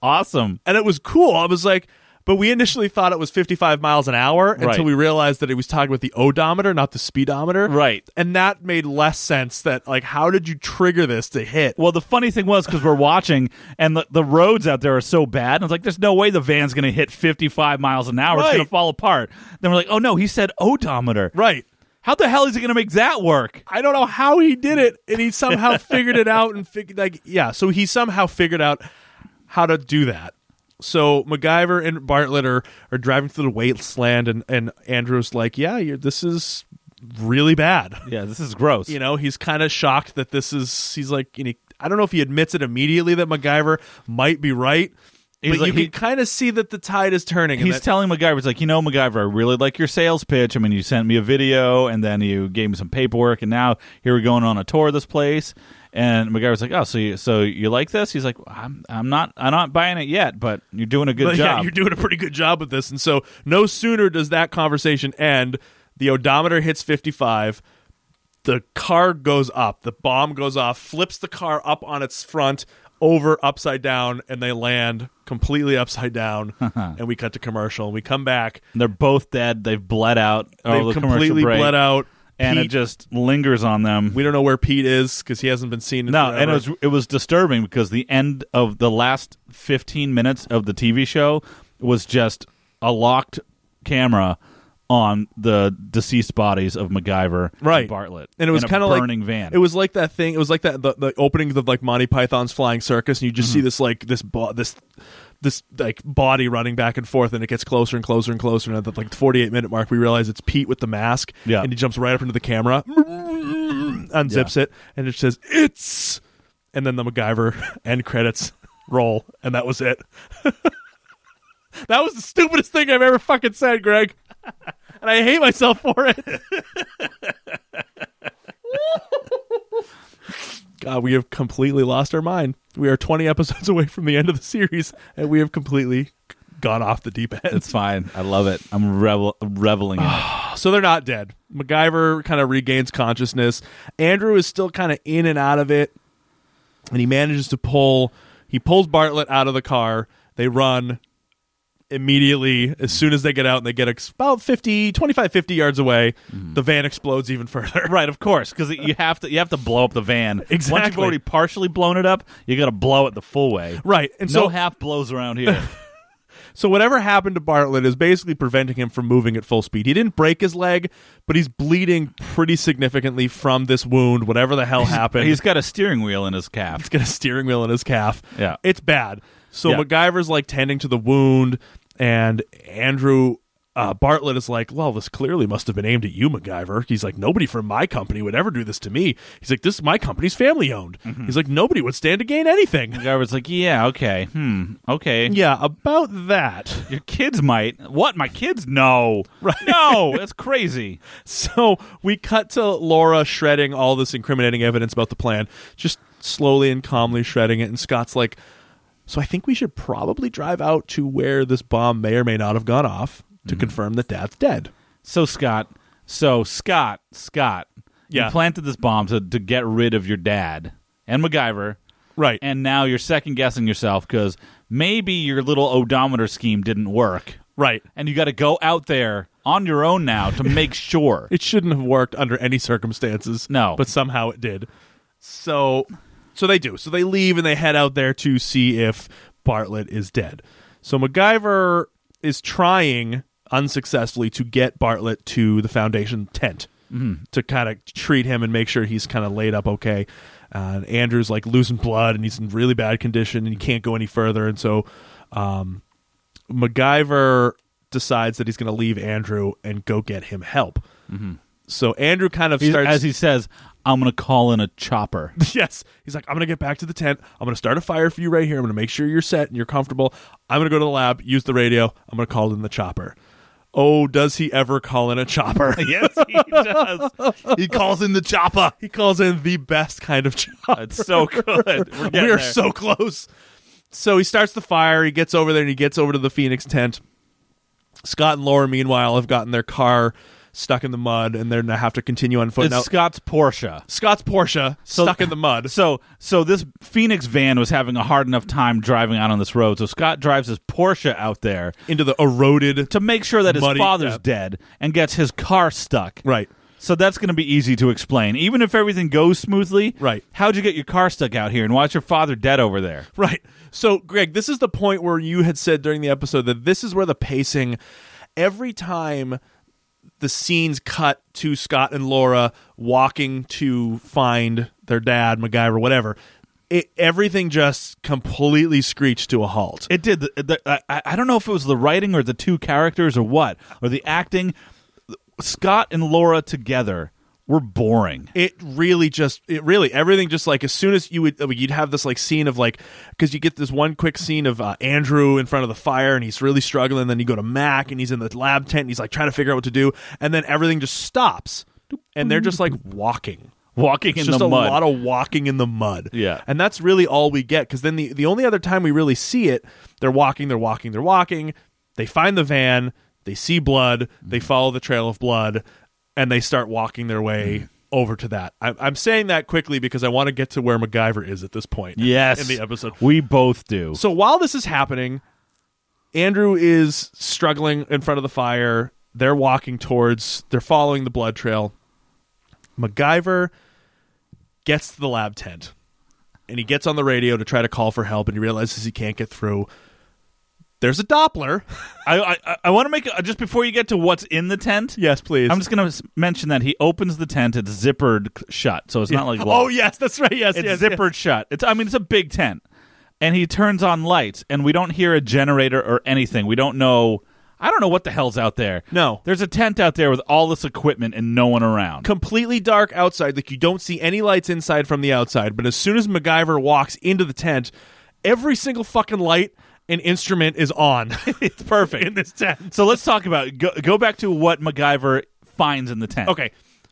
Awesome.
and it was cool. I was like, but we initially thought it was 55 miles an hour
Right.
until we realized that it was talking about the odometer, not the speedometer.
Right.
And that made less sense that, like, how did you trigger this to hit?
Well, the funny thing was because we're watching, and the, the roads out there are so bad. And I was like, "There's no way the van's going to hit 55 miles an hour. It's going
Right.
to fall apart." Then we're like, "Oh no, he said odometer.
right.
How the hell is he going to make that work?"
I don't know how he did it, and he somehow figured it out and figured like yeah. So he somehow figured out how to do that. So MacGyver and Bartlett are, are driving through the wasteland, and and Andrew's like, yeah, you're, this is really bad.
Yeah, this is gross.
You know, he's kind of shocked that this is. He's like, and he, I don't know if he admits it immediately that MacGyver might be right,
He's
but
like-
you
he-
can kind of see that the tide is turning. and
He's
that-
telling MacGyver, he's like, you know, MacGyver, I really like your sales pitch. I mean, you sent me a video and then you gave me some paperwork, and now here we're going on a tour of this place. And MacGyver's like, oh, so you, so you like this? He's like, I'm, I'm not I'm not buying it yet, but you're doing a good
But
job.
Yeah, you're doing a pretty good job with this. And so, no sooner does that conversation end, the odometer hits 55. The car goes up. The bomb goes off, flips the car up on its front, over upside down, and they land completely upside down.
Uh-huh.
and we cut to commercial. And we come back.
And They're both dead. They've bled out. over
They've
Oh, the commercial
completely
break,
bled out.
and it
Pete-
just lingers on them.
we don't know where Pete is because he hasn't been seen. in
no, and
forever.
it was it was disturbing because the end of the last 15 minutes of the TV show was just a locked camera on the deceased bodies of MacGyver
right
and Bartlett,
and it was
in a
kind of like
burning van.
It was like that thing. It was like that the, the opening of like Monty Python's Flying Circus, and you just see
Mm-hmm.
this like this bo- this this like body running back and forth, and it gets closer and closer and closer. And at the, like the forty eight minute mark, we realize it's Pete with the mask,
Yeah.
and he jumps right up into the camera, unzips it, and it says it's, and then the MacGyver end credits roll, and that was it. that was the stupidest thing I've ever fucking said, Greg. And I hate myself for it. God, we have completely lost our mind. We are 20 episodes away from the end of the series, and we have completely gone off the deep end.
it's fine. I love it. I'm revel reveling in it.
so they're not dead. MacGyver kind of regains consciousness. Andrew is still kind of in and out of it, and he manages to pull. He pulls Bartlett out of the car. They run immediately as soon as they get out and they get ex- about 50 25 50 yards away the van explodes even further
Mm-hmm. Right, of course, because you have to you have to blow up the van. Once you've
Exactly.
already partially blown it up, you got to blow it the full way.
right and
no
so
half blows around here.
So whatever happened to Bartlett is basically preventing him from moving at full speed. He didn't break his leg, but he's bleeding pretty significantly from this wound. Whatever the hell happened,
He's got a steering wheel in his calf.
he's got a steering wheel in his calf.
Yeah.
it's bad. So
Yeah.
MacGyver's like tending to the wound, and Andrew uh, Bartlett is like, "Well, this clearly must have been aimed at you, MacGyver." He's like, "Nobody from my company would ever do this to me." He's like, "This my company's family owned." He's like, "Nobody would stand to gain anything."
The guy was like, Mm-hmm. "Yeah, okay, hmm, okay."
Yeah, about that.
Your kids might. What? My kids? No. Right. No, that's crazy.
So we cut to Laura shredding all this incriminating evidence about the plan, just slowly and calmly shredding it. And Scott's like, So I think we should probably drive out to where this bomb may or may not have gone off to confirm that dad's dead.
So Scott, so Scott, Scott,
Yeah.
you planted this bomb to, to get rid of your dad and MacGyver,
Right.
and now you're second guessing yourself because maybe your little odometer scheme didn't work,
right.
and you got to go out there on your own now to make sure.
It shouldn't have worked under any circumstances.
No.
But somehow it did. So so they do. So they leave and they head out there to see if Bartlett is dead. So MacGyver is trying unsuccessfully to get Bartlett to the foundation tent
Mm-hmm.
to kind of treat him and make sure he's kind of laid up okay. Uh, and Andrew's like losing blood and he's in really bad condition and he can't go any further. And so um, MacGyver decides that he's going to leave Andrew and go get him help. So Andrew kind of
He's-
starts
as Mm-hmm. he says, "I'm gonna call in a chopper."
yes. He's like, I'm gonna get back to the tent. I'm gonna start a fire for you right here. I'm gonna make sure you're set and you're comfortable. I'm gonna go to the lab, use the radio. I'm gonna call in the chopper. Oh, does he ever call in a chopper?
yes, he does. he calls in the chopper.
he calls in the best kind of chopper.
It's so good. We're
we
getting
are
there.
so close. So he starts the fire. He gets over there and he gets over to the Phoenix tent. Scott and Laura, meanwhile, have gotten their car stuck in the mud and they're gonna have to continue on foot.
It's
Now,
Scott's Porsche.
Scott's Porsche
So-
stuck in the mud.
So, so this Phoenix van was having a hard enough time driving out on this road. So Scott drives his Porsche out there
into the eroded
to make sure that his
Muddy,
father's
yeah.
dead and gets his car stuck.
right
So that's going to be easy to explain, even if everything goes smoothly.
Right.
How'd you get your car stuck out here, and why's your father dead over there?
Right. So, Greg, this is the point where you had said during the episode that this is where the pacing, every time the scenes cut to Scott and Laura walking to find their dad, MacGyver, whatever, it, everything just completely screeched to a halt.
It did. The, the, I, I don't know if it was the writing or the two characters or what, or the acting. Scott and Laura together were boring.
it really just it really everything just like as soon as you would I mean, you'd have this like scene of like because you get this one quick scene of uh, andrew in front of the fire and he's really struggling then you go to mac and he's in the lab tent and he's like trying to figure out what to do and then everything just stops and they're just like walking
Walking
it's
in
just
the
a
mud.
lot of walking in the mud
Yeah.
and that's really all we get because then the, the only other time we really see it they're walking they're walking they're walking they find the van they see blood they
Mm-hmm.
follow the trail of blood and they start walking their
Mm-hmm.
way over to that I, i'm saying that quickly because i want to get to where macgyver is at this point
yes.
in the episode
we both do.
so while this is happening, Andrew is struggling in front of the fire. They're walking towards, they're following the blood trail. MacGyver gets to the lab tent and he gets on the radio to try to call for help and he realizes he can't get through. There's a Doppler.
I I, I want to make just before you get to what's in the tent.
yes, please.
I'm just going to mention that he opens the tent. It's zippered c- shut, so it's not like
oh,
locked.
yes, that's right. Yes,
it's
yes, yes.
zippered shut. It's I mean it's a big tent, and he turns on lights, and we don't hear a generator or anything. We don't know. I don't know what the hell's out there.
No.
there's a tent out there with all this equipment and no one around.
completely dark outside. Like you don't see any lights inside from the outside. But as soon as MacGyver walks into the tent, every single fucking light and instrument is on. it's perfect in this tent.
so let's talk about go, go back to what MacGyver finds in the tent.
Okay,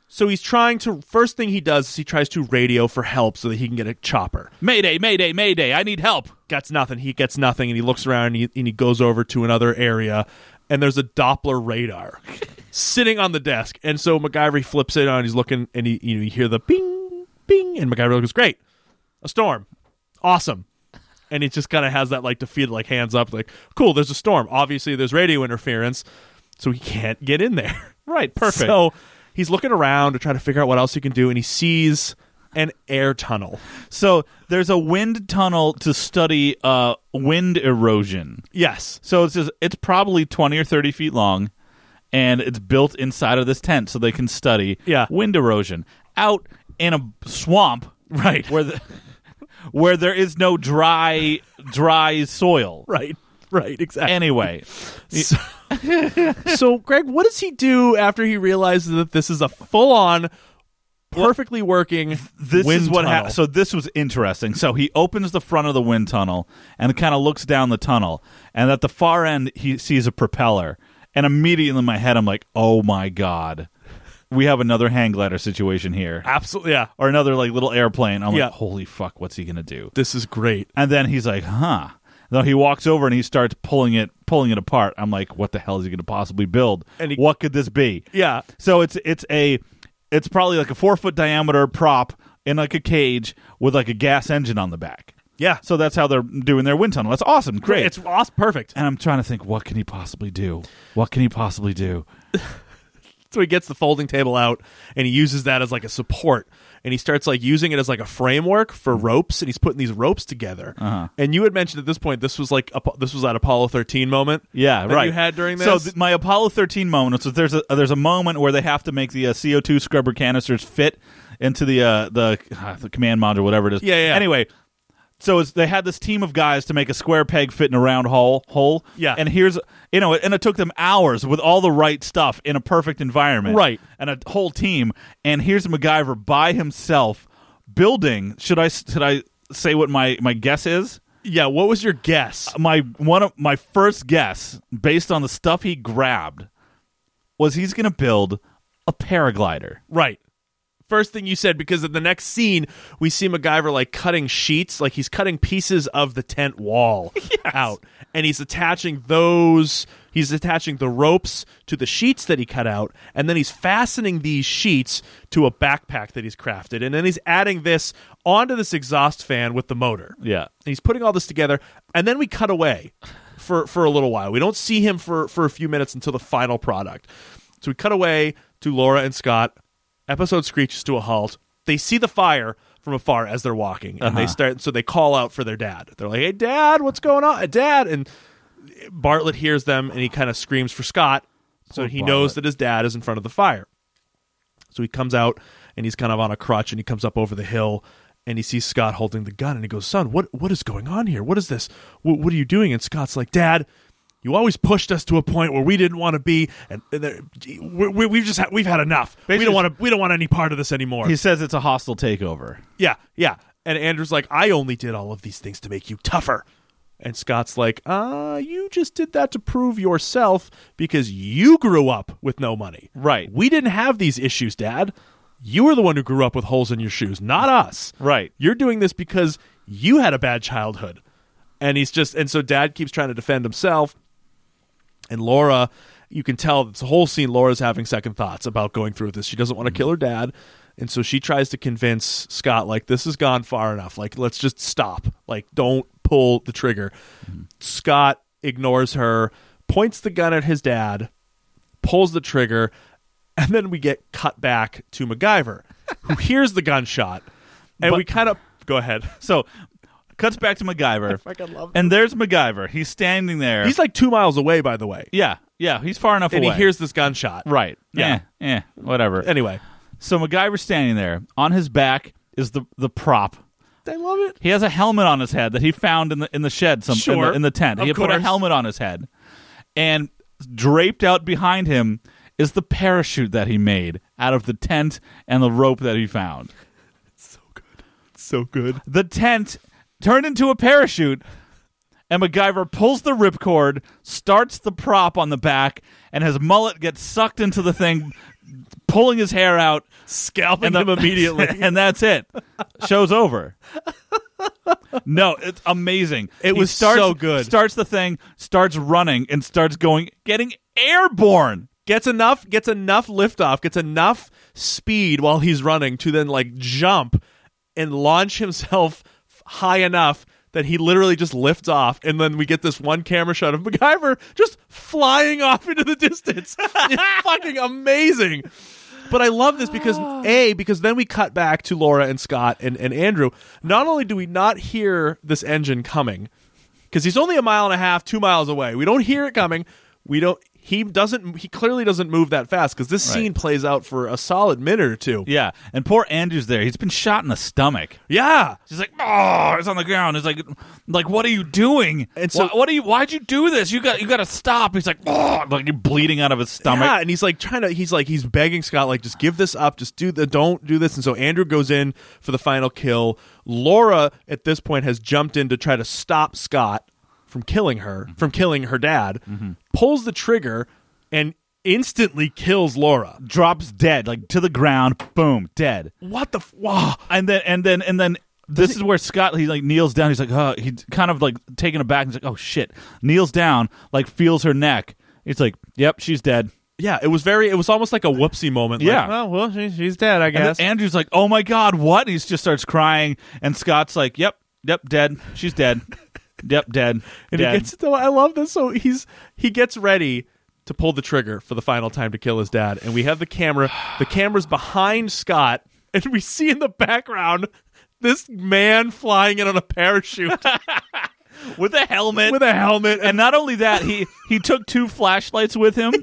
so he's trying to. First thing he does is he tries to radio for help so that he can get a chopper.
Mayday, Mayday, Mayday! I need help.
Gets nothing. He gets nothing, and he looks around and he, and he goes over to another area. And there's a Doppler radar. sitting on the desk. And so MacGyver he flips it on. He's looking, and he you, know, you hear the bing, bing, and MacGyver goes, "Great, a storm, awesome." And it just kind of has that like defeated, like hands up, like cool. There's a storm. Obviously, there's radio interference, so he can't get in there.
Right, perfect.
So he's looking around to try to figure out what else he can do, and he sees an air tunnel.
So there's a wind tunnel to study uh, wind erosion.
Yes.
So it's just, it's probably twenty or thirty feet long, and it's built inside of this tent so they can study
Yeah.
wind erosion out in a swamp
Right.
where the, where there is no dry dry soil.
right. Right. Exactly.
Anyway,
So, so, Greg, what does he do after he realizes that this is a full-on, perfectly working?
this
wind
is what
tunnel?
happened. So this was interesting. So he opens the front of the wind tunnel and kind of looks down the tunnel, and at the far end he sees a propeller. And immediately in my head, I'm like, "Oh my god, we have another hang glider situation here,
Absolutely, yeah.
or another like little airplane." I'm
Yeah.
like, "Holy fuck, what's he gonna do?"
This is great.
And then he's like, "Huh." Though he walks over and he starts pulling it, pulling it apart. I'm like, "What the hell is he gonna possibly build?
And he-
what could this be?"
Yeah.
So it's it's a it's probably like a four foot diameter prop in like a cage with like a gas engine on the back.
Yeah.
So that's how they're doing their wind tunnel. That's awesome. Great.
It's awesome. Perfect.
and I'm trying to think, what can he possibly do? What can he possibly do?
So he gets the folding table out and he uses that as like a support. And he starts like using it as like a framework for ropes, and he's putting these ropes together. Uh-huh. And you had mentioned at this point this was like Apo- this was that Apollo thirteen moment,
Yeah,
that
right.
You had during this,
So th- my Apollo 13 moment. So there's a uh, there's a moment where they have to make the uh, CO2 scrubber canisters fit into the uh, the ah, the command module, whatever it is.
Yeah, yeah.
Anyway, so it's, they had this team of guys to make a square peg fit in a round hole. Hole.
Yeah.
And here's you know, and it took them hours with all the right stuff in a perfect environment.
Right.
And a whole team. And here's MacGyver by himself building. Should I s- should I say what my my guess is?
yeah. What was your guess?
my one of my first guess based on the stuff he grabbed was he's going to build a paraglider.
Right. First thing you said, because in the next scene, we see MacGyver like cutting sheets, like he's cutting pieces of the tent wall out. And he's attaching those, he's attaching the ropes to the sheets that he cut out. And then he's fastening these sheets to a backpack that he's crafted. And then he's adding this onto this exhaust fan with the motor.
Yeah.
And he's putting all this together, and then we cut away for for a little while. We don't see him for for a few minutes until the final product. So we cut away to Laura and Scott. Episode screeches to a halt. They see the fire from afar as they're walking, and they start. So they call out for their dad. They're like, "Hey, Dad, what's going on, Dad?" And Bartlett hears them, and he kind of screams for Scott. So he knows that his dad is in front of the fire. So he comes out and he's kind of on a crutch and he comes up over the hill and he sees Scott holding the gun and he goes, "Son, what what is going on here? What is this? What, what are you doing?" And Scott's like, "Dad, you always pushed us to a point where we didn't want to be, and and there- we, we, we've just had, we've had enough. we
Basically-
don't want to we don't want any part of this anymore."
He says it's a hostile takeover.
Yeah, yeah. And Andrew's like, I only did all of these things to make you tougher. And Scott's like, uh, you just did that to prove yourself because you grew up with no money.
Right.
We didn't have these issues, Dad. You were the one who grew up with holes in your shoes, not us.
Right.
You're doing this because you had a bad childhood. And he's just, and so Dad keeps trying to defend himself. And Laura, you can tell this whole scene, Laura's having second thoughts about going through with this. She doesn't want to kill her dad. And so she tries to convince Scott, like, this has gone far enough. Like, let's just stop. Like, don't pull the trigger. Scott ignores her, points the gun at his dad, pulls the trigger, and then we get cut back to MacGyver, who hears the gunshot. And we kind of go ahead.
So cuts back to MacGyver. I fucking love and there's MacGyver. He's standing there.
He's like two miles away, by the way.
yeah, yeah. He's far enough
And
away.
he hears this gunshot.
right.
Yeah.
Eh, eh, whatever.
Anyway.
so MacGyver's standing there. On his back is the the prop.
I love it.
He has a helmet on his head that he found in the in the shed, some in,
Sure.
the, in the tent.
Of
he put a
course.
helmet on his head, and draped out behind him is the parachute that he made out of the tent and the rope that he found.
So good.
The tent turned into a parachute, and MacGyver pulls the ripcord, starts the prop on the back, and his mullet gets sucked into the thing, pulling his hair out,
Scalping
the-
them immediately.
and that's it. Show's over. No, it's amazing.
It
He
was so good.
Starts the thing, starts running, and starts going, getting airborne.
gets enough gets enough liftoff, gets enough speed while he's running to then like jump and launch himself f- high enough that he literally just lifts off and then we get this one camera shot of MacGyver just flying off into the distance. it's fucking amazing. But I love this because A, because then we cut back to Laura and Scott and, and Andrew. Not only do we not hear this engine coming, because he's only a mile and a half, two miles away. We don't hear it coming. We don't. He doesn't. He clearly doesn't move that fast because this
Right.
scene plays out for a solid minute or two.
Yeah, and poor Andrew's there. He's been shot in the stomach.
Yeah.
He's like, oh, it's on the ground. It's like, like, what are you doing?
And so-
Why- what, are you? Why'd you do this? You got, you got to stop. He's like, oh, like you're bleeding out of his stomach.
Yeah, and he's like trying to. He's like he's begging Scott, like just give this up, just do the, don't do this. And so Andrew goes in for the final kill. Laura at this point has jumped in to try to stop Scott from killing her,
Mm-hmm.
from killing her dad. Pulls the trigger and instantly kills Laura.
Drops dead, like to the ground. Boom, dead.
What the f- wow?
And then, and then, and then. This is where Scott he like kneels down. He's like, oh, he's kind of like taken aback. He's like, oh shit. Kneels down, like feels her neck. He's like, yep, she's dead.
Yeah, it was very. It was almost like a whoopsie moment.
Yeah.
Like, oh, well, she, she's dead, I
And
guess.
then Andrew's like, "Oh my god, what?" He just starts crying, and Scott's like, "Yep, yep, dead. She's dead. yep, dead.
And
dead."
he gets to, I love this. So he's he gets ready to pull the trigger for the final time to kill his dad, and we have the camera. The camera's behind Scott, and we see in the background this man flying in on a parachute
with a helmet.
with a helmet.
and not only that, he he took two flashlights with him,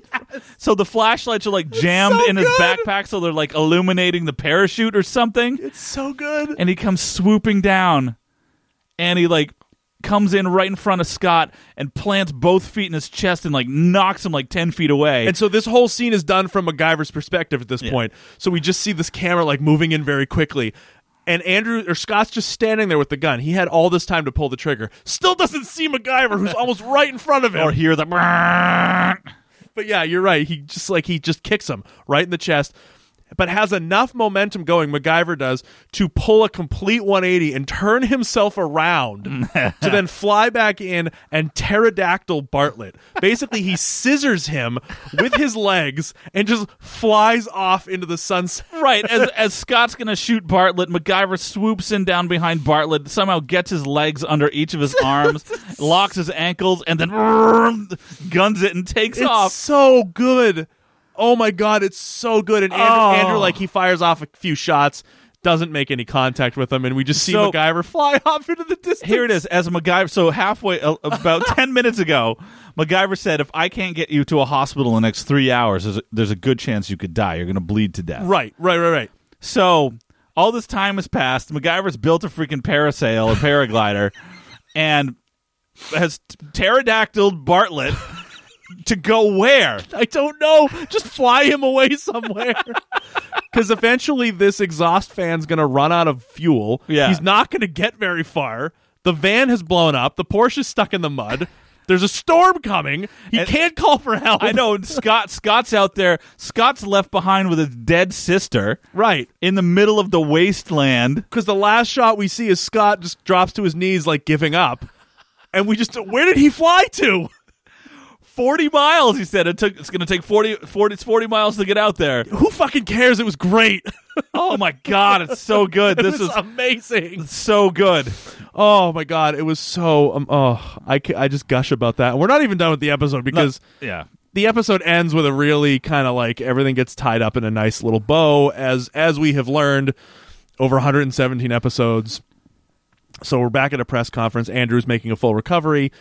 so the flashlights are like jammed
so
in his
good.
backpack, so they're like illuminating the parachute or something.
it's so good.
and he comes swooping down and he like comes in right in front of Scott and plants both feet in his chest and like knocks him like 10 feet away.
And so this whole scene is done from MacGyver's perspective at this point. So we just see this camera like moving in very quickly. And Andrew or Scott's just standing there with the gun. He had all this time to pull the trigger. Still doesn't see MacGyver, who's almost right in front of him.
or hear the
But yeah, you're right. He just like he just kicks him right in the chest, but has enough momentum going. MacGyver does to pull a complete 180 and turn himself around to then fly back in and pterodactyl Bartlett. Basically, he scissors him with his legs and just flies off into the sunset.
Right, as as Scott's gonna shoot Bartlett, MacGyver swoops in down behind Bartlett, somehow gets his legs under each of his arms, locks his ankles, and then guns it and takes
It's
off.
so good. Oh my god, it's so good. And Andrew,
Oh.
Andrew like he fires off a few shots. Doesn't make any contact with him, and we just see
So-
MacGyver fly off into the distance.
Here it is, as MacGyver. So halfway, uh, about ten minutes ago, MacGyver said, "If I can't get you to a hospital in the next three hours, there's a, there's a good chance you could die. You're gonna bleed to death."
Right, right, right, right.
So all this time has passed. MacGyver's built a freaking parasail, a paraglider, and has t- pterodactyled Bartlett to go where?
I don't know. Just fly him away somewhere. Because eventually, this exhaust fan's going to run out of fuel.
Yeah.
He's not going to get very far. The van has blown up. The Porsche's stuck in the mud. There's a storm coming. He
And-
can't call for help.
I know and Scott. Scott's out there. Scott's left behind with his dead sister
Right.
in the middle of the wasteland.
Because the last shot we see is Scott just drops to his knees, like giving up. And we just, where did he fly to?
40 miles he said it took it's going to take 40, 40 it's 40 miles to get out there
Who fucking cares? It was great.
oh my god it's so good this
This
is
is amazing.
so good
Oh my god, it was so um, oh I, ca- I just gush about that. We're not even done with the episode because
yeah
the episode ends with a really kind of like everything gets tied up in a nice little bow as as we have learned over 117 episodes. So we're back at a press conference. Andrew's making a full recovery.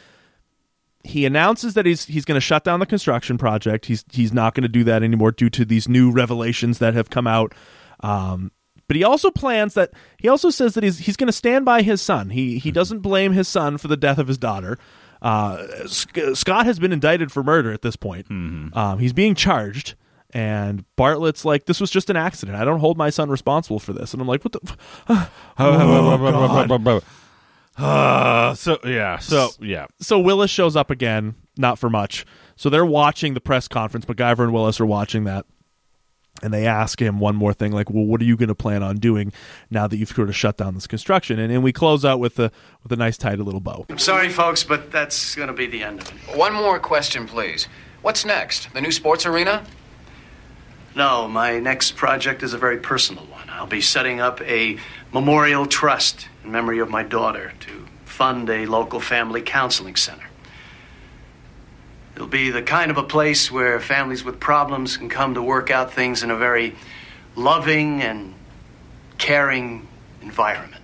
He announces that he's he's going to shut down the construction project. He's he's not going to do that anymore due to these new revelations that have come out. Um, but he also plans that he also says that he's he's going to stand by his son. He he doesn't blame his son for the death of his daughter. Uh, Sc- Scott has been indicted for murder at this point. Um, he's being charged, and Bartlett's like, "This was just an accident. I don't hold my son responsible for this." And I'm like, "What the?" F-
Oh, Uh, so yeah so yeah
so Willis shows up again, not for much. So they're watching the press conference. MacGyver and Willis are watching that. And they ask him one more thing, like, well, what are you going to plan on doing now that you've sort of shut down this construction? And, and we close out with a with a nice tidy little bow.
I'm sorry, folks, but that's going to be the end of it.
One more question, please.
What's next? The new sports arena?
No, my next project is a very personal one. I'll be setting up a memorial trust in memory of my daughter to fund a local family counseling center. It'll be the kind of a place where families with problems can come to work out things in a very loving and caring environment.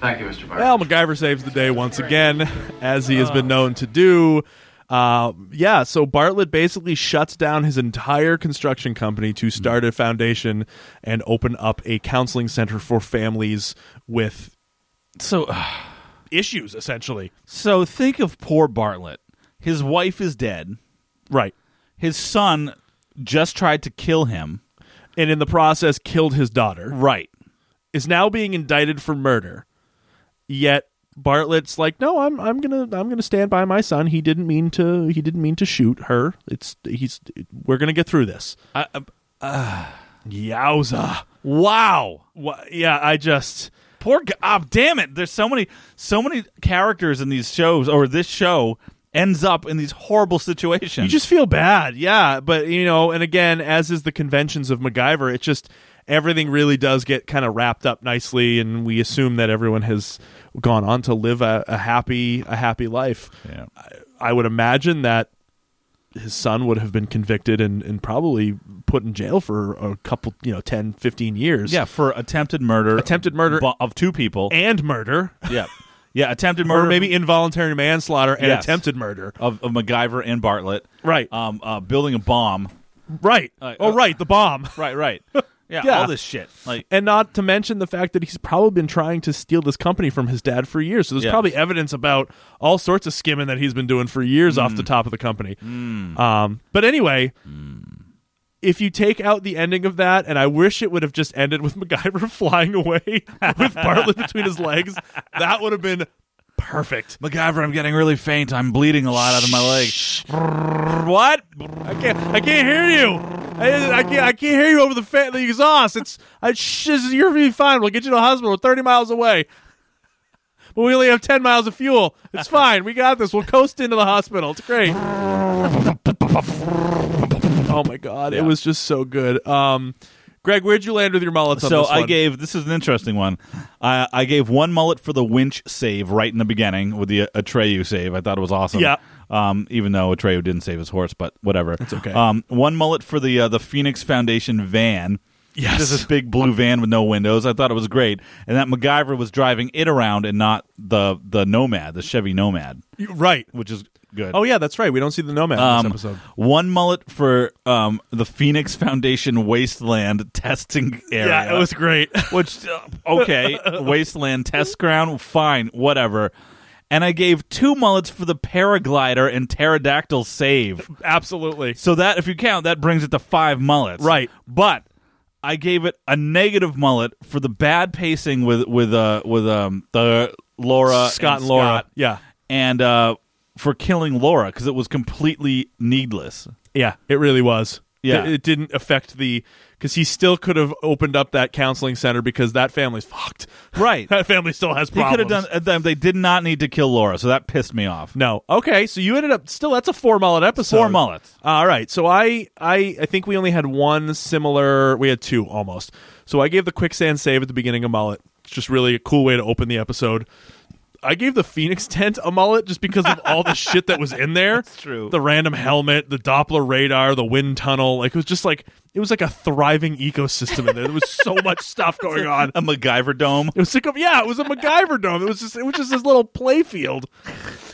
Thank you, Mr. Barber.
Well, MacGyver saves the day once again, as he has been known to do. Uh, yeah, so Bartlett basically shuts down his entire construction company to start a foundation and open up a counseling center for families with
So,
issues, essentially.
so think of poor Bartlett. His wife is dead.
Right.
His son just tried to kill him.
And in the process, killed his daughter,
Right.
is now being indicted for murder. Yet Bartlett's like, no, I'm I'm gonna I'm gonna stand by my son. He didn't mean to he didn't mean to shoot her. It's he's we're gonna get through this.
I, I-
Yowza.
wow.
Wha- yeah, I just
Poor guy. Oh, damn it. There's so many, so many characters in these shows, or this show ends up in these horrible situations.
You just feel bad, yeah. But you know, and again, as is the conventions of MacGyver, it just everything really does get kind of wrapped up nicely, and we assume that everyone has gone on to live a, a happy, a happy life.
Yeah.
I would imagine that his son would have been convicted and, and probably put in jail for a couple, you know, 10, 15 years.
Yeah, for attempted murder,
Attempted murder.
bu- of two people.
and murder,
yeah, yeah, attempted
or
murder,
maybe involuntary manslaughter and
Yes.
attempted murder.
of, of MacGyver and Bartlett.
Right.
Um, uh, building a bomb.
Right.
Uh,
oh,
uh,
right. The bomb.
Right. Right. Yeah,
Yeah.
All this shit. Like.
and not to mention the fact that he's probably been trying to steal this company from his dad for years. So there's
Yeah.
probably evidence about all sorts of skimming that he's been doing for years off the top of the company. Um, but anyway, if you take out the ending of that, and I wish it would have just ended with MacGyver flying away with Bartlett between his legs, that would have been perfect.
MacGyver, I'm getting really faint. I'm bleeding a lot out of my leg. what?
I can't, I can't hear you. I, I can't, I can't hear you over the, fa- the exhaust. It's, I, sh- you're gonna be fine. We'll get you to a hospital. We're 30 miles away, but we only have 10 miles of fuel. It's fine. We got this. We'll coast into the hospital. It's great. oh my god, it was just so good. Um, Greg, where'd you land with your mullets? on
So
this
I
one?
gave this is an interesting one. I, I gave one mullet for the winch save right in the beginning with the Atreyu save. I thought it was awesome.
Yeah.
Um, even though Atreyu didn't save his horse, but whatever. It's
okay.
Um, one mullet for the uh, the Phoenix Foundation van.
Yes.
Just this big blue van with no windows. I thought it was great, and that MacGyver was driving it around and not the the Nomad, the Chevy Nomad,
You- right.
which is good.
Oh yeah, that's right. We don't see the nomad in
Um,
this episode.
One mullet for um, the Phoenix Foundation wasteland testing area.
Yeah, it was great.
Which uh, okay, wasteland test ground, fine, whatever. And I gave two mullets for the paraglider and pterodactyl save.
Absolutely.
So that if you count, that brings it to five mullets.
Right.
But I gave it a negative mullet for the bad pacing with with uh with um the Laura
Scott and Laura. Yeah.
and uh for killing Laura because it was completely needless.
Yeah, it really was.
Yeah.
it, it didn't affect the because he still could have opened up that counseling center because that family's fucked.
Right.
that family still has
He could
problems.
have done. uh, them- They did not need to kill Laura, so that pissed me off.
no. Okay, so you ended up still. That's a four mullet episode. Uh,
Four mullets.
All right. So I, I, I think we only had one similar. We had two almost. So I gave the quicksand save at the beginning a mullet. It's just really a cool way to open the episode. I gave the Phoenix tent a mullet just because of all the shit that was in there. That's
true.
The random helmet, the Doppler radar, the wind tunnel. Like it was just like it was like a thriving ecosystem in there. There was so much stuff going on.
A MacGyver dome.
It was sick of yeah, it was a MacGyver dome. It was just it was just this little play field.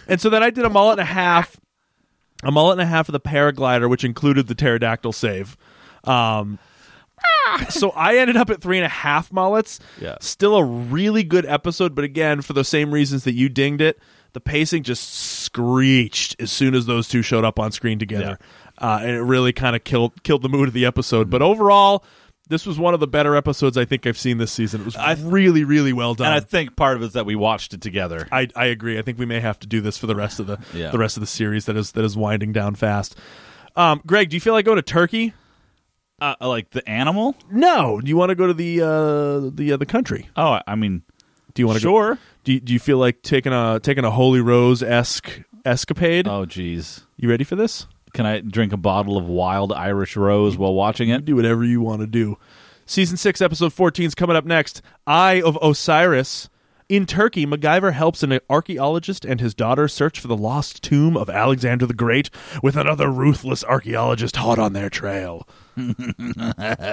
And so then I did a mullet and a half. A mullet and a half of the paraglider, which included the pterodactyl save. Um so I ended up at three and a half mullets.
Ah. Yeah.
Still a really good episode, but again, for the same reasons that you dinged it, the pacing just screeched as soon as those two showed up on screen together. Uh, and it really kind of killed killed the mood of the episode. But overall, this was one of the better episodes I think I've seen this season. It was really, really well done.
And I think part of it is that we watched it together.
I, I agree. I think we may have to do this for the rest of the
Yeah.
the rest of the series that is that is winding down fast. Um, Greg, do you feel like going to Turkey?
Uh, like the animal.
No. Do you want to go to the uh, the uh, the country?
Oh, I- I mean,
Do you want to
Sure.
Go, do you, Do you feel like taking a taking a Holy Rose esque escapade?
oh, geez.
you ready for this?
Can I drink a bottle of Wild Irish Rose while watching it?
do whatever you want to do. Season 6, episode 14 is coming up next. Eye of Osiris. In Turkey, MacGyver helps an archaeologist and his daughter search for the lost tomb of Alexander the Great with another ruthless archaeologist hot on their trail. it's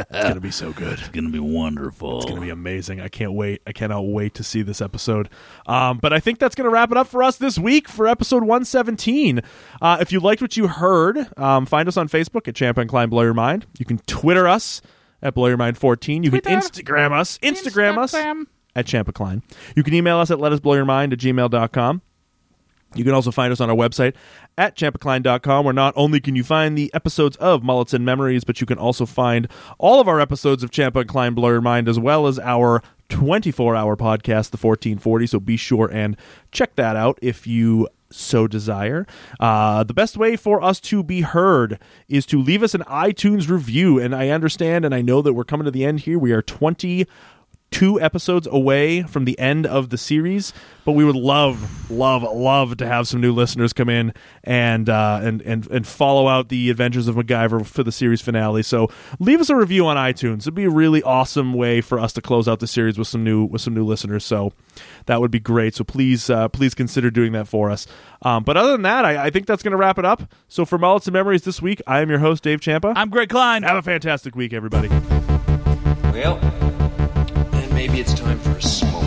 going to be so good.
It's gonna be wonderful.
It's going to be amazing. I can't wait. I cannot wait to see this episode. Um, but I think that's going to wrap it up for us this week for episode 117. Uh, if you liked what you heard, um, find us on Facebook at Champ and Klein Blow Your Mind. You can Twitter us at Blow Your Mind 14. You can Instagram us. Instagram, us at Champ and Klein. You can email us at letusblowyourmind at gmail.com. You can also find us on our website at champacline.com, where not only can you find the episodes of Mullets and Memories, but you can also find all of our episodes of Champa and Klein Blur Your Mind, as well as our 24 hour podcast, The 1440. So be sure and check that out if you so desire. Uh, the best way for us to be heard is to leave us an iTunes review. And I understand and I know that we're coming to the end here. We are 20- two episodes away from the end of the series, but we would love, love, love to have some new listeners come in and uh, and and and follow out the adventures of MacGyver for the series finale. So leave us a review on iTunes. It'd be a really awesome way for us to close out the series with some new with some new listeners. So that would be great. So please uh, please consider doing that for us. Um, but other than that, I, I think that's going to wrap it up. So for Mullets and Memories this week, I am your host Dave Champa.
I'm Greg Klein.
Have a fantastic week, everybody.
Well, then maybe it's time for a smoke.